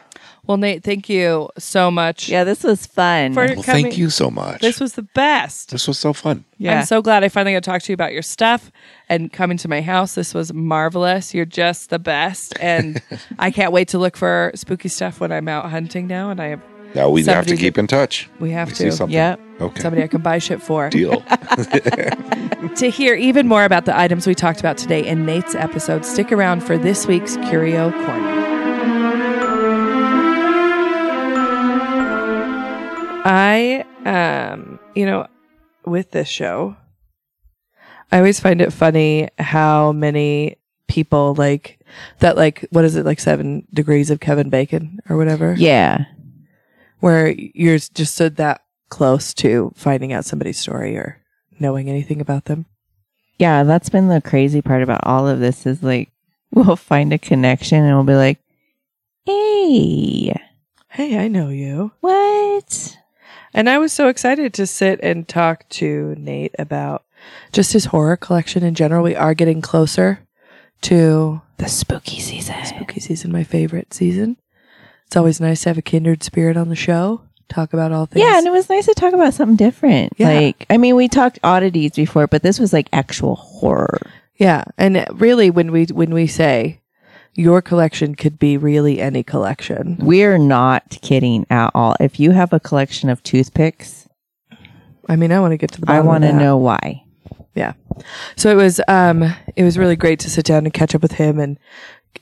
Well, Nate, thank you so much.
Yeah, this was fun.
For
Well,
coming.
thank you so much.
This was the best.
this was so fun.
yeah,
I'm so glad I finally got to talk to you about your stuff and coming to my house. This was marvelous. You're just the best.
[laughs]
And I can't wait to look for spooky stuff when I'm out hunting now. And I have,
Now we have to
Somebody's-
keep in touch.
we have
We see
to.
something.
yeah.
Okay.
Somebody I can buy shit for.
Deal.
To hear even more about the items we talked about today in Nate's episode, stick around for this week's Curio Corner. I, um, you know, with this show, I always find it funny how many people like that, like, what is it, like seven degrees of Kevin Bacon or whatever?
Yeah.
where you're just so that close to finding out somebody's story or knowing anything about them.
Yeah, that's been the crazy part about all of this is like [laughs] we'll find a connection and we'll be like, "Hey,
Hey, I know you.
what?"
And I was so excited to sit and talk to Nate about just his horror collection in general. We are getting closer to
The spooky season.
spooky season, my favorite season. It's always nice to have a kindred spirit on the show, talk about all things.
Yeah, and it was nice to talk about something different.
Yeah.
Like, I mean, we talked oddities before, but this was like actual horror.
Yeah, and really when we when we say your collection could be really any collection.
We're not kidding at all. If you have a collection of toothpicks,
I mean, I want to get to the
I
bottom of
want to
that.
know why.
So it was um it was really great to sit down and catch up with him and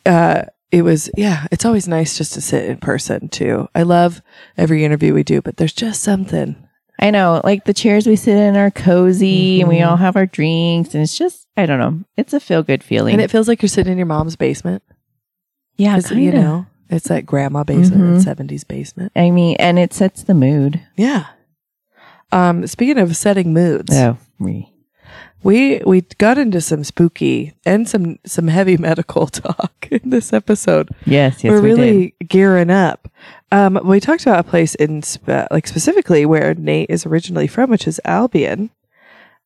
uh it was yeah, it's always nice just to sit in person too. I love every interview we do, but there's just something.
I know, like the chairs we sit in are cozy and we
Mhm.
all have our drinks, and it's just, I don't know, it's a feel good feeling.
And it feels like you're sitting in your mom's basement.
yeah,
'Cause, you
kinda.
know, it's that grandma basement
Mhm.
or 70s basement.
I mean, and it sets the mood.
Yeah. Um speaking of setting moods,
Oh, me.
we we got into some spooky and some some heavy [laughs] medical talk in this episode.
Yes, yes,
we're
we did.
really gearing up. Um, we talked about a place in spe- like specifically where Nate is originally from, which is Albion.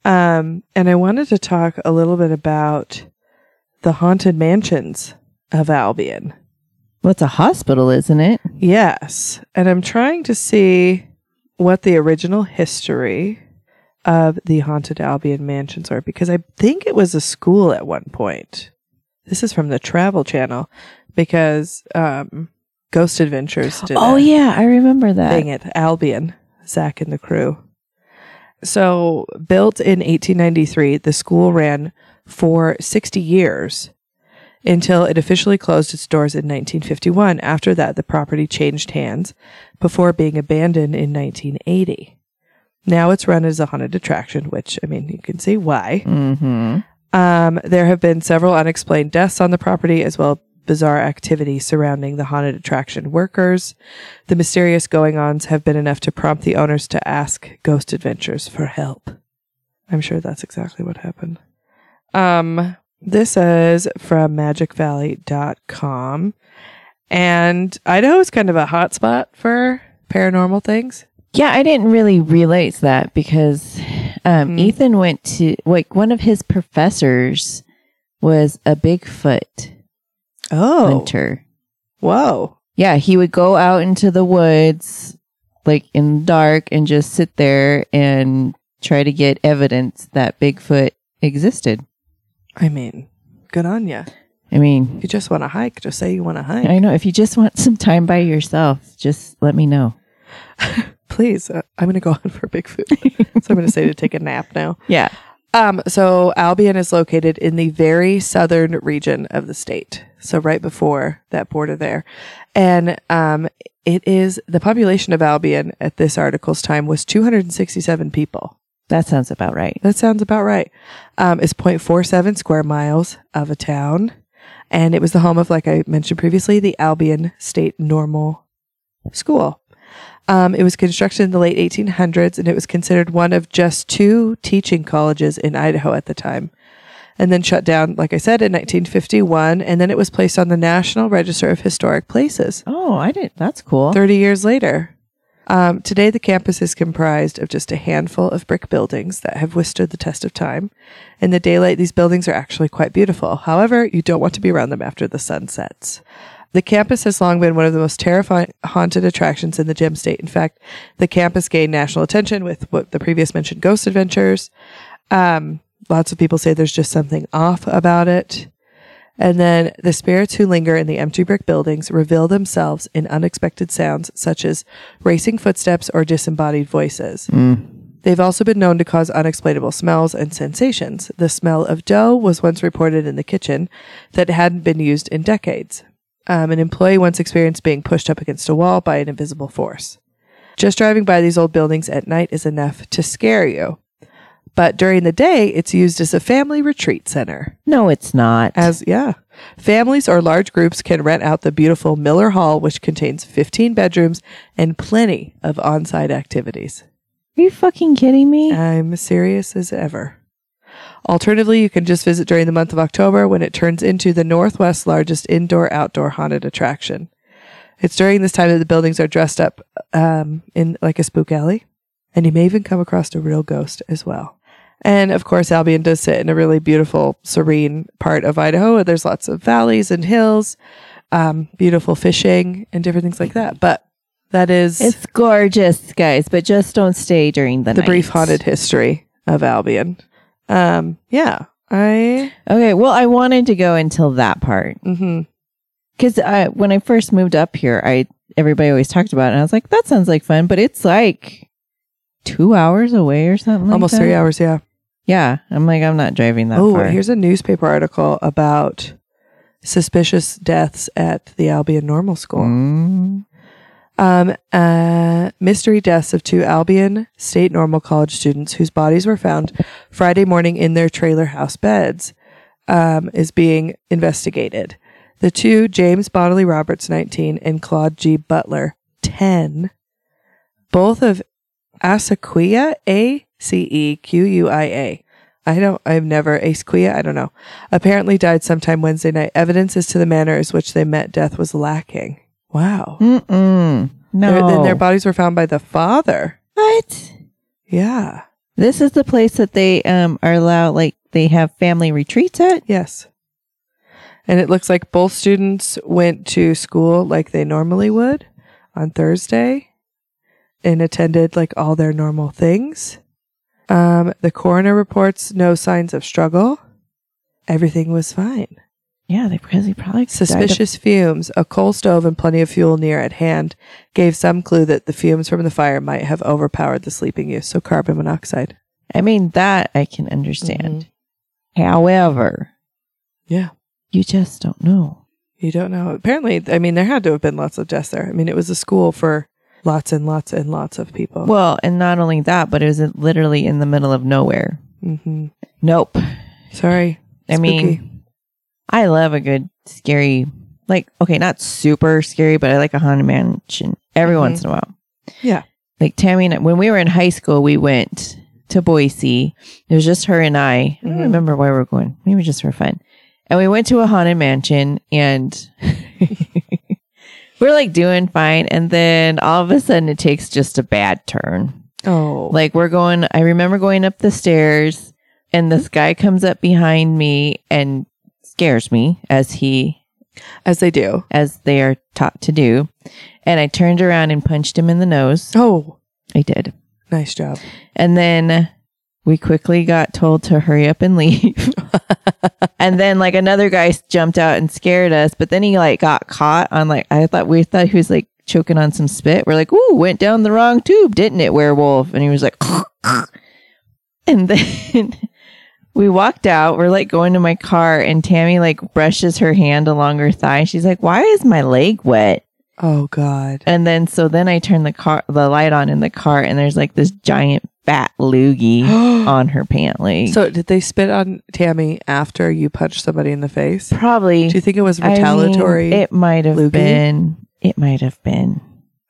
Um, and I wanted to talk a little bit about the haunted mansions of Albion.
Well, it's a hospital, isn't it?
Yes, and I'm trying to see what the original history of the haunted Albion mansions are because I think it was a school at one point. This is from the Travel Channel because um, Ghost Adventures did.
Oh
a
yeah, I remember that.
Dang it, Albion, Zach and the crew. So, built in 1893, the school ran for 60 years until it officially closed its doors in 1951. After that, the property changed hands before being abandoned in 1980. Now it's run as a haunted attraction, which, I mean, you can see why.
Mm-hmm.
Um, there have been several unexplained deaths on the property, as well bizarre activity surrounding the haunted attraction workers. The mysterious going-ons have been enough to prompt the owners to ask Ghost Adventures for help. I'm sure that's exactly what happened. Um, this is from MagicValley.com, and Idaho is kind of a hot spot for paranormal things.
Yeah, I didn't really relate to that because um,
Mhm.
Ethan went to like one of his professors was a Bigfoot
Oh,
hunter.
whoa!
Yeah, he would go out into the woods, like in the dark, and just sit there and try to get evidence that Bigfoot existed.
I mean, good on you.
I mean,
If you just want to hike, just say you want to hike.
I know. If you just want some time by yourself, just let me know.
please uh, i'm going to go [laughs] on for bigfoot so i'm going to say to take a nap now
Yeah.
um, so albion is located in the very southern region of the state so right before that border there and um, it is the population of albion at this article's time was 267 people
That sounds about right.
that sounds about right um, it's 0.47 square miles of a town and it was the home of like i mentioned previously the albion state normal school Um, it was constructed in the late 1800s, and it was considered one of just two teaching colleges in Idaho at the time. And then shut down, like I said, in 1951, and then it was placed on the National Register of Historic Places.
Oh, I didn't. That's cool.
30 years later. Um, today, the campus is comprised of just a handful of brick buildings that have withstood the test of time. In the daylight, these buildings are actually quite beautiful. However, you don't want to be around them after the sun sets. The campus has long been one of the most terrifying haunted attractions in the gem state. In fact, the campus gained national attention with what the previous mentioned ghost adventures. Um, lots of people say there's just something off about it. And then the spirits who linger in the empty brick buildings reveal themselves in unexpected sounds such as racing footsteps or disembodied voices. They've also been known to cause unexplainable smells and sensations. The smell of dough was once reported in the kitchen that hadn't been used in decades. Um, an employee once experienced being pushed up against a wall by an invisible force. Just driving by these old buildings at night is enough to scare you. But during the day, it's used as a family retreat center.
No, it's not.
As yeah, families or large groups can rent out the beautiful Miller Hall, which contains 15 bedrooms and plenty of on-site activities.
Are you fucking kidding me?
I'm serious as ever. Alternatively, you can just visit during the month of October when it turns into the Northwest's largest indoor-outdoor haunted attraction. It's during this time that the buildings are dressed up um, in like a spook alley, and you may even come across a real ghost as well. And of course, Albion does sit in a really beautiful, serene part of Idaho. There's lots of valleys and hills, um, beautiful fishing, and different things like that. But that is
it's gorgeous, guys, but just don't stay during the,
the
night.
brief haunted history of Albion. Um, yeah, I.
Okay, well, I wanted to go until that part
hmm
because when I first moved up here, I everybody always talked about it, and I was like, that sounds like fun, but it's like two hours away or something. like
almost
that.
three hours. Yeah.
Yeah, I'm like, I'm not driving that
oh,
far.
here's a newspaper article about suspicious deaths at the Albion Normal School.
Mm.
Um, uh, mystery deaths of two Albion State Normal College students whose bodies were found Friday morning in their trailer house beds um, is being investigated. The two, James Bodley Roberts, 19, and Claude G. Butler, 10, both of Assaquia, A C E Q U I A. I don't, I've never, Asquia, I don't know. Apparently died sometime Wednesday night. Evidence as to the manner as which they met death was lacking. Wow.
Mm-mm. No.
Their- Then their bodies were found by the father.
what?
Yeah.
This is the place that they um are allowed, like they have family retreats at.
Yes. And it looks like both students went to school like they normally would on Thursday and attended like all their normal things. Um, the coroner reports no signs of struggle. Everything was fine.
Yeah, they probably probably died of-
Suspicious fumes, a coal stove, and plenty of fuel near at hand gave some clue that the fumes from the fire might have overpowered the sleeping youth. So carbon monoxide.
I mean, that I can understand. However,
Yeah.
you just don't know.
You don't know. Apparently, I mean, there had to have been lots of deaths there. I mean, it was a school for lots and lots and lots of people.
Well, and not only that, but it was literally in the middle of nowhere.
hmm
Nope.
sorry.
I mean,
Spooky.
I love a good scary, like okay, not super scary, but I like a haunted mansion every
Mhm.
once in a while.
Yeah.
like Tammy and I, when we were in high school, we went to Boise. It was just her and I. I
Mhm.
don't remember why we were going. Maybe just for fun. And we went to a haunted mansion, and [laughs] we're like doing fine. And then all of a sudden, it takes just a bad turn.
oh,
Like we're going, I remember going up the stairs and this guy comes up behind me and scares me as he,
as they do.
as they are taught to do. And I turned around and punched him in the nose.
Oh,
I did.
nice job.
And then we quickly got told to hurry up and leave. and then like another guy s- jumped out and scared us, but then he like got caught on like I thought we thought he was like choking on some spit. We're like, "Ooh, went down the wrong tube, didn't it, werewolf?" And he was like [laughs] And then [laughs] we walked out. We're like going to my car and Tammy like brushes her hand along her thigh. She's like, "Why is my leg wet?"
Oh God.
And then so then I turn the car the light on in the car and there's like this giant fat
[gasps]
loogie
so
on her pant leg.
did they spit on Tammy after you punched somebody in the face?
probably
Do you think it was
I
[sighs]
mean,
retaliatory?
it might have
loogie?
been. It might have been.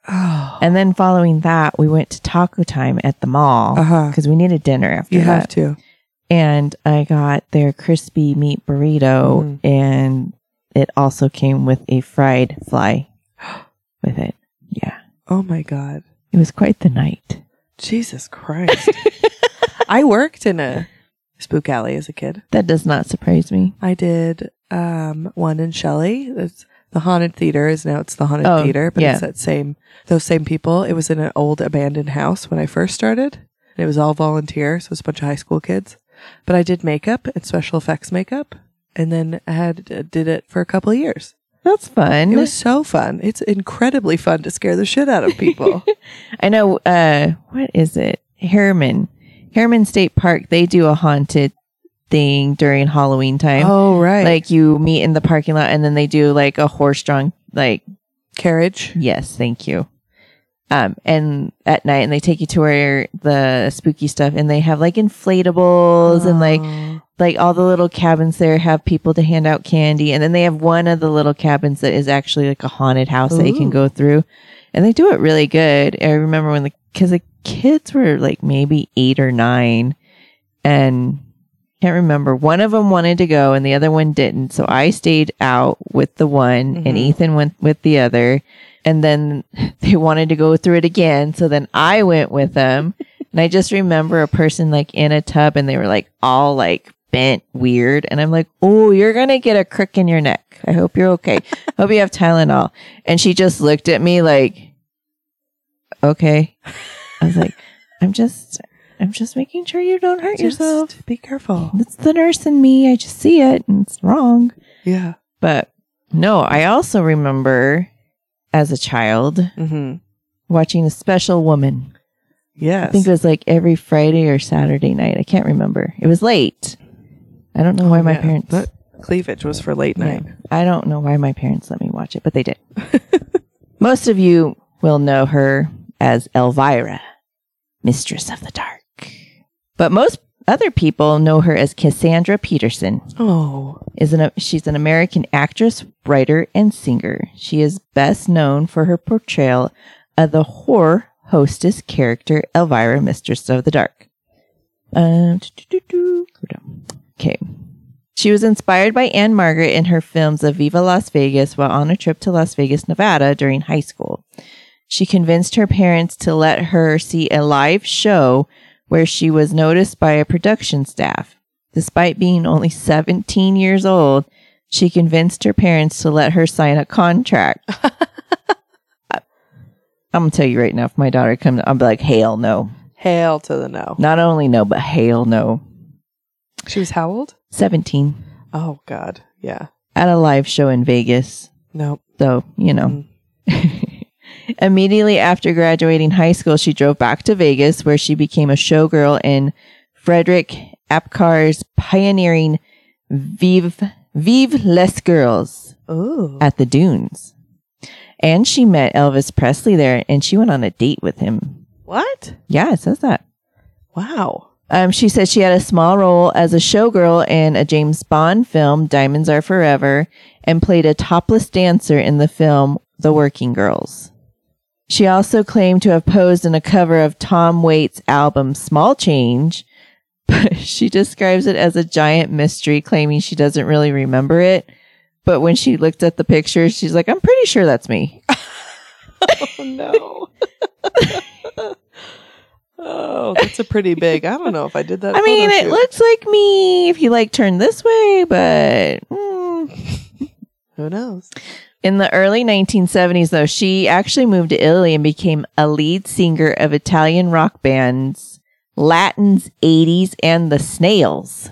oh.
And then following that, we went to taco time at the mall
Uh-huh.
because we needed dinner after
You
that.
have to.
and I got their crispy meat
Mhm.
burrito, and it also came with a fried
[gasps]
fly with it. Yeah,
Oh my God.
it was quite the night.
Jesus
[laughs]
Christ. I worked in a spook alley as a kid.
That does not surprise me.
I did um, one in Shelley. It's the haunted theater is now it's the haunted
Oh,
theater, but
yeah.
it's that same those same people. It was in an old abandoned house when I first started. And it was all volunteer, so it was a bunch of high school kids. But I did makeup and special effects makeup, and then I had uh, did it for a couple of years.
That's fun.
It was so fun. It's incredibly fun to scare the shit out of
[laughs]
people.
I know. Uh, what is it? Harriman, Harriman State Park. They do a haunted thing during Halloween time.
oh right,
Like you meet in the parking lot, and then they do like a horse-drawn like
carriage.
Yes, thank you. Um, and at night, and they take you to where the spooky stuff, and they have like inflatables, and like
Oh.
like all the little cabins there have people to hand out candy, and then they have one of the little cabins that is actually like a haunted house that you can
Ooh.
go through, and they do it really good. I remember when the because the kids were like maybe eight or nine, and can't remember. One of them wanted to go, and the other one didn't, so I stayed out with the one,
Mhm.
and Ethan went with the other and then [laughs] they wanted to go through it again. So then I went with them, and I just remember a person like in a tub, and they were like all like bent weird, and I'm like, "Oh, you're gonna get a crick in your neck. I hope you're okay. hope you have Tylenol." And she just looked at me like, "Okay." I was like, "I'm just, I'm just making sure you don't hurt yourself.
Just be careful.
It's the nurse in me. I just see it, and it's wrong."
Yeah.
But no, I also remember as a child
Mm-hmm.
watching a special woman.
Yes.
I think it was like every Friday or Saturday night. I can't remember. It was late. I don't know why my
Oh, Yeah,
parents.
that cleavage was for late night.
Yeah. I don't know why my parents let me watch it, but they did. [laughs] Most of you will know her as Elvira, Mistress of the Dark. But most other people know her as Cassandra Peterson.
Oh,
is an she's an American actress, writer, and singer. She is best known for her portrayal of the horror hostess character Elvira, Mistress of the Dark. Um, doo-doo-doo-doo. Okay. She was inspired by Anne Margaret in her films of Viva Las Vegas while on a trip to Las Vegas, Nevada during high school. She convinced her parents to let her see a live show where she was noticed by a production staff. Despite being only 17 years old, she convinced her parents to let her sign a contract. I, am going to tell you right now, if my daughter comes, I'll be like, hell no.
hail to the no.
Not only no, but hell no.
She was how old?
17
Oh God, yeah.
at a live show in Vegas.
No,
So, you know. [laughs] Immediately after graduating high school, she drove back to Vegas where she became a showgirl in Frederick Apkar's pioneering Vive, Vive Les Girls
Ooh.
at the Dunes. And she met Elvis Presley there and she went on a date with him.
What?
Yeah, it says that.
Wow.
Um, she said she had a small role as a showgirl in a James Bond film, Diamonds Are Forever, and played a topless dancer in the film The Working Girls. She also claimed to have posed in a cover of Tom Waits' album Small Change, [laughs] but she describes it as a giant mystery, claiming she doesn't really remember it. But when she looked at the picture, she's like, I'm pretty sure that's me.
Oh no. [laughs] oh, that's a pretty big. I don't know if I did that.
I mean,
photo
it
shoot.
looks like me if you like turn this way, but. mm,
Who knows?
In the early 1970s, though, she actually moved to Italy and became a lead singer of Italian rock bands, Latin's 80s, and the Snails.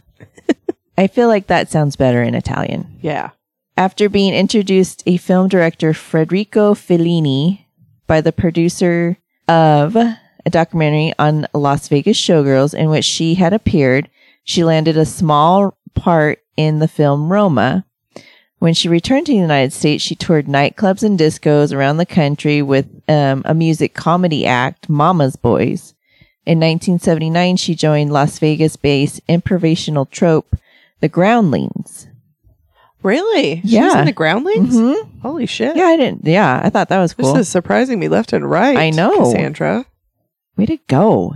[laughs] I feel like that sounds better in Italian.
Yeah.
After being introduced a film director, Federico Fellini, by the producer of a documentary on Las Vegas showgirls in which she had appeared, she landed a small part in the film Roma. When she returned to the United States, she toured nightclubs and discos around the country with um, a music comedy act, Mama's Boys. In 1979, she joined Las Vegas based improvisational trope, The Groundlings.
Really? She was
Yeah.
in the groundlings?
Mhm.
Holy shit.
Yeah, I didn't. Yeah, I thought that was
This
cool.
is surprising me left and right.
I know.
Cassandra.
Way to go.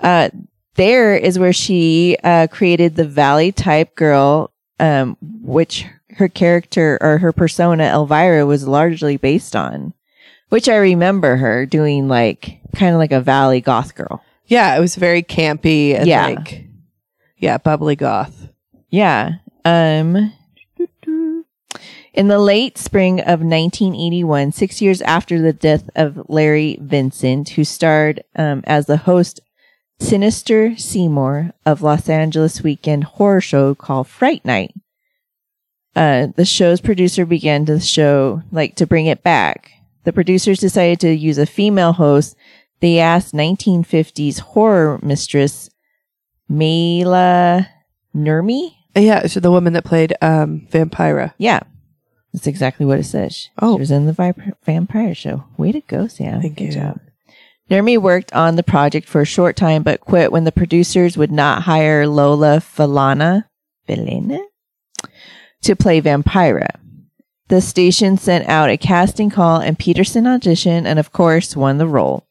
Uh, there is where she uh, created the Valley type girl, um, which her character or her persona, Elvira, was largely based on, which I remember her doing like kind of like a Valley goth girl.
Yeah, it was very campy and
Yeah.
like yeah, bubbly goth.
Yeah. Um, in the late spring of 1981, six years after the death of Larry Vincent, who starred um, as the host Sinister Seymour of Los Angeles weekend horror show called Fright Night. Uh, the show's producer began to show like to bring it back. The producers decided to use a female host. They asked 1950s horror mistress Mela Nurmi.
Yeah, so the woman that played um Vampira.
Yeah. That's exactly what it says.
Oh.
She was in the Vip- Vampire Show. Way to go, Sam.
Thank
Good
you.
job. Nermi worked on the project for a short time, but quit when the producers would not hire Lola Falana, Felina to play Vampira. The station sent out a casting call, and Peterson auditioned and, of course, won the role.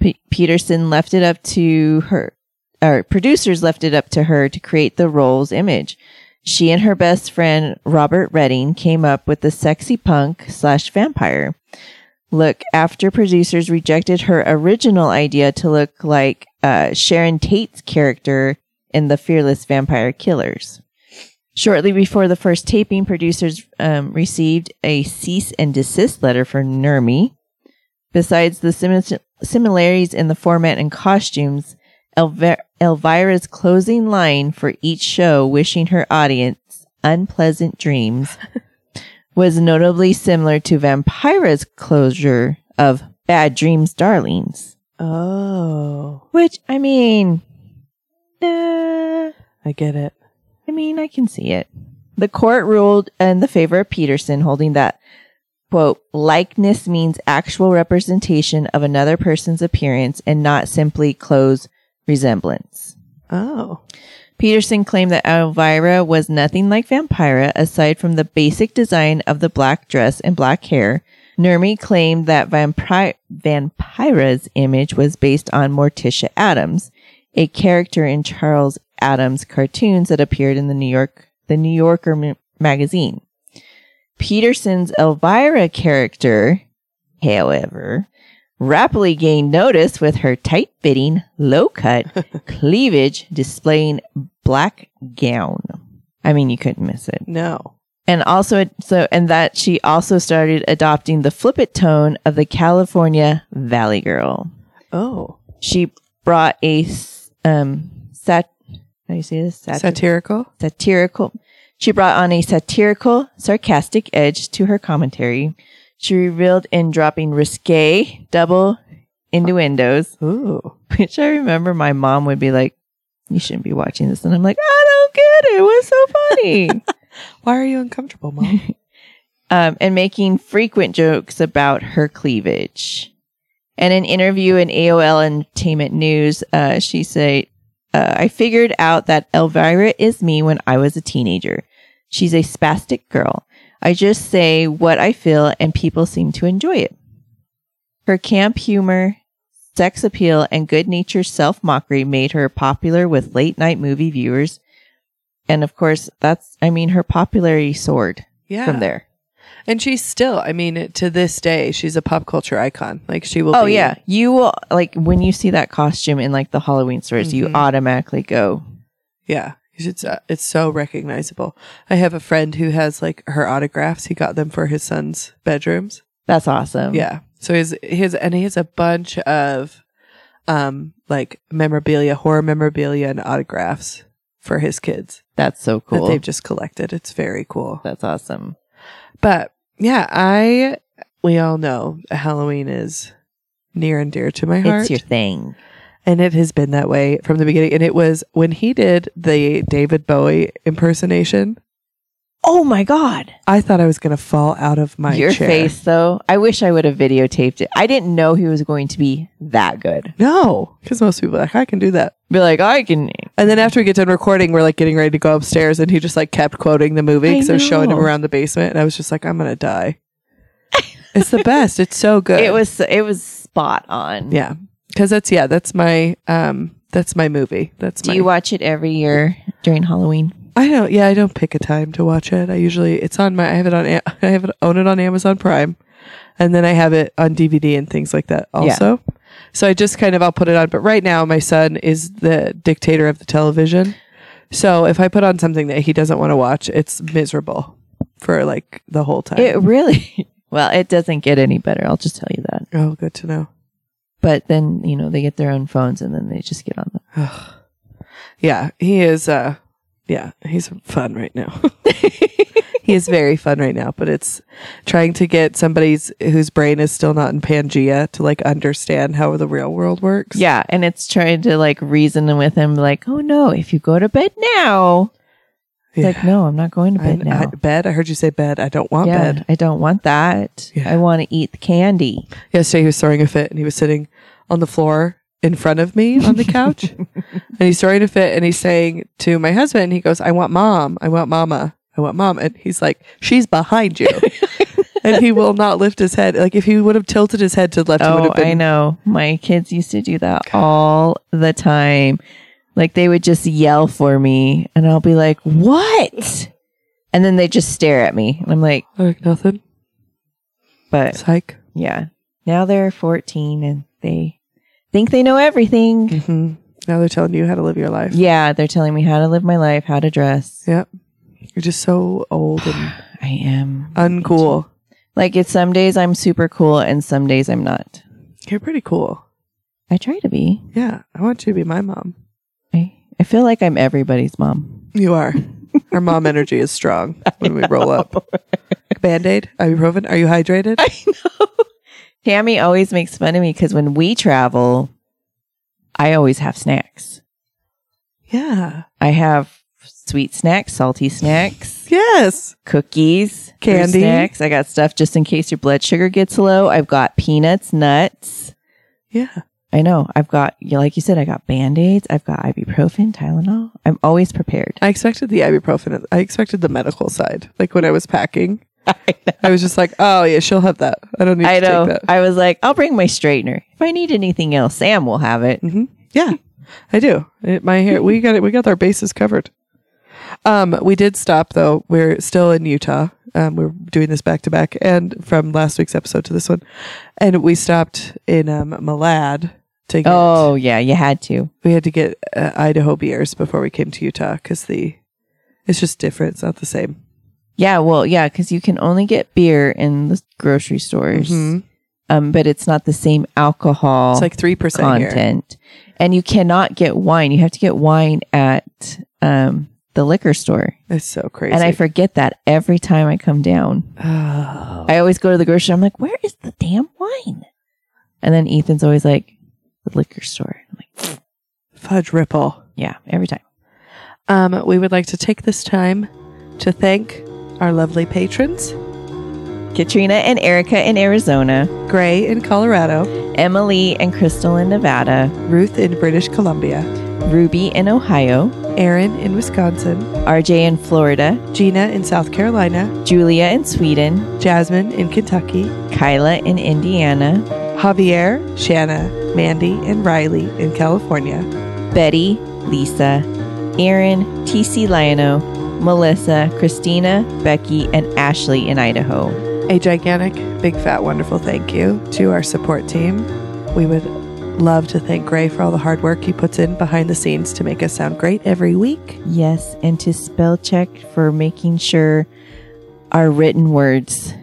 P- Peterson left it up to her, or producers left it up to her to create the role's image. She and her best friend Robert Redding came up with the sexy punk slash vampire look after producers rejected her original idea to look like uh, Sharon Tate's character in the Fearless Vampire Killers. Shortly before the first taping, producers um, received a cease and desist letter from Nurmi. Besides the simi- similarities in the format and costumes, Elvi- Elvira's closing line for each show, wishing her audience unpleasant dreams, [laughs] was notably similar to Vampira's closure of Bad Dreams, Darlings.
Oh.
Which, I mean, uh,
I get it.
I mean, I can see it. The court ruled in the favor of Peterson, holding that, quote, likeness means actual representation of another person's appearance and not simply close resemblance.
Oh.
Peterson claimed that Elvira was nothing like Vampira aside from the basic design of the black dress and black hair. Nurmi claimed that Vampi- Vampira's image was based on Morticia Adams, a character in Charles Adams cartoons that appeared in the New York the New Yorker m- magazine. Peterson's Elvira character, however, rapidly gained notice with her tight fitting, low cut, cleavage displaying black gown. I mean, you couldn't miss it.
No.
And also, so, and that she also started adopting the flippant tone of the California Valley Girl.
Oh.
She brought a, s- um, sat, how do you say this? Sat-
Satirical?
satirical. She brought on a satirical, sarcastic edge to her commentary. She revealed in dropping risque, double innuendos,
Ooh.
which I remember my mom would be like, You shouldn't be watching this. And I'm like, I don't get it. What's so funny?
Why are you uncomfortable, Mom?
um, and making frequent jokes about her cleavage. In an interview in AOL Entertainment News, uh, she said, uh, I figured out that Elvira is me when I was a teenager. She's a spastic girl. I just say what I feel, and people seem to enjoy it. Her camp humor, sex appeal, and good natured self mockery made her popular with late night movie viewers. And of course, that's, I mean, her popularity soared
yeah.
from there.
And she's still, I mean, to this day, she's a pop culture icon. Like she will
Oh
be
yeah, you will like when you see that costume in like the Halloween stores, you
Mhm.
automatically go.
Yeah. It's, uh, it's so recognizable. I have a friend who has like her autographs. He got them for his son's bedrooms.
That's awesome.
Yeah. So his his and he has a bunch of um like memorabilia, horror memorabilia and autographs for his kids
that's so
that
cool.
they've just collected. It's very cool.
That's awesome.
But yeah, I we all know Halloween is near and dear to my heart.
It's your thing.
And it has been that way from the beginning. And it was when he did the David Bowie impersonation.
Oh my God.
I thought I was going to fall out of my
Your
chair.
face, though. I wish I would have videotaped it. I didn't know he was going to be that good.
No, because most people are like, I can do that.
Be like, I can.
And then after we get done recording, we're like getting ready to go upstairs, and he just like kept quoting the movie
I
because I was showing him
know.
around the basement, and I was just like, I'm gonna die. it's the best. It's so good.
It was it was spot on.
yeah, because that's yeah, that's my um, that's my movie. That's
Do
my.
you watch it every year during Halloween?
I don't. Yeah, I don't pick a time to watch it. I usually it's on my. I have it on. [laughs] A- I have it own it on Amazon Prime, and then I have it on DVD and things like that. Also, so I just kind of I'll put it on. But right now, my son is the dictator of the television. So if I put on something that he doesn't want to watch, it's miserable for like the whole time.
It really. [laughs] Well, it doesn't get any better. I'll just tell you that.
oh, good to know.
But then you know they get their own phones and then they just get on them.
Yeah, he is. uh Yeah, he's fun right now. [laughs] he is very fun right now, but it's trying to get somebody's whose brain is still not in Pangea to like understand how the real world works.
Yeah, and it's trying to like reason with him, like, oh no, if you go to bed now, it's
Yeah.
like, no, I'm not going to
I,
bed now.
I, bed. I heard you say bed. I don't want
yeah,
bed.
I don't want that.
Yeah.
I want to eat the candy.
Yesterday he was throwing a fit and he was sitting on the floor in front of me on the couch, and he's throwing a fit and he's saying to my husband, he goes, "I want mom. I want mama. I want mom." And he's like, "She's behind you." and he will not lift his head. Like if he would have tilted his head to the left, he would
Oh,
have been
I know. My kids used to do that all the time. Like they would just yell for me, and I'll be like, "What?" And then they just stare at me, and I'm like,
like nothing.
"But
Psych.
yeah." Now they're 14, and they think they know everything.
hmm Now they're telling you how to live your life.
Yeah, they're telling me how to live my life, how to dress.
Yep. You're just so old and
I am
uncool.
Like it's some days I'm super cool and some days I'm not.
You're pretty cool.
I try to be.
Yeah. I want you to be my mom.
I, I feel like I'm everybody's mom.
You are. Our mom energy is strong when we roll up.
[laughs]
Band aid? Ibuprofen? Are you hydrated?
Tammy always makes fun of me because when we travel, I always have snacks.
yeah.
I have sweet snacks, salty snacks,
Yes.
cookies, fruit
Candy.
snacks. I got stuff just in case your blood sugar gets low. I've got peanuts, nuts.
Yeah.
I know. I've got, you like you said, I got band aids. I've got ibuprofen, Tylenol. I'm always prepared.
I expected the ibuprofen. I expected the medical side. Like when I was packing,
[laughs] I know.
I was just like, oh, yeah, she'll have that. I don't need
I
to
know.
take that.
I was like, I'll bring my straightener. If I need anything else, Sam will have it.
hmm Yeah, I do. It, my hair. We got it. We got our bases covered. Um, we did stop though. We're still in Utah. Um, we're doing this back to back, and from last week's episode to this one, and we stopped in um, Malad to get.
Oh yeah, you had to.
We had to get uh, Idaho beers before we came to Utah because the it's just different. It's not the same.
Yeah, well, yeah, because you can only get beer in the grocery stores,
Mhm.
um, but it's not the same alcohol
It's like three percent here.
content, and you cannot get wine. You have to get wine at um, the liquor store,
It's so crazy.
and I forget that every time I come down.
Oh.
I always go to the grocery. I'm like, where is the damn wine? And then Ethan's always like, the liquor store. I'm like,
fudge ripple.
yeah, every time.
Um, we would like to take this time to thank our lovely patrons.
Katrina and Erica in Arizona,
Gray in Colorado,
Emily and Crystal in Nevada,
Ruth in British Columbia,
Ruby in Ohio,
Aaron in Wisconsin,
RJ in Florida,
Gina in South Carolina,
Julia in Sweden,
Jasmine in Kentucky,
Kyla in Indiana,
Javier, Shanna, Mandy, and Riley in California,
Betty, Lisa, Erin, TC Liono, Melissa, Christina, Becky, and Ashley in Idaho.
a gigantic, big, fat, wonderful thank you to our support team. We would love to thank Gray for all the hard work he puts in behind the scenes to make us sound great every week.
Yes, and to spell check for making sure our written words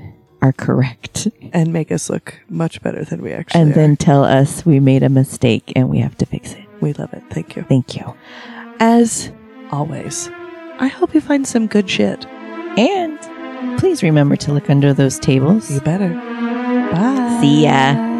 are correct.
and make us look much better than we actually
And
are.
then tell us we made a mistake and we have to fix it.
we love it. Thank you.
Thank you.
As always, I hope you find some good shit.
And please remember to look under those tables.
You better. Bye.
See ya.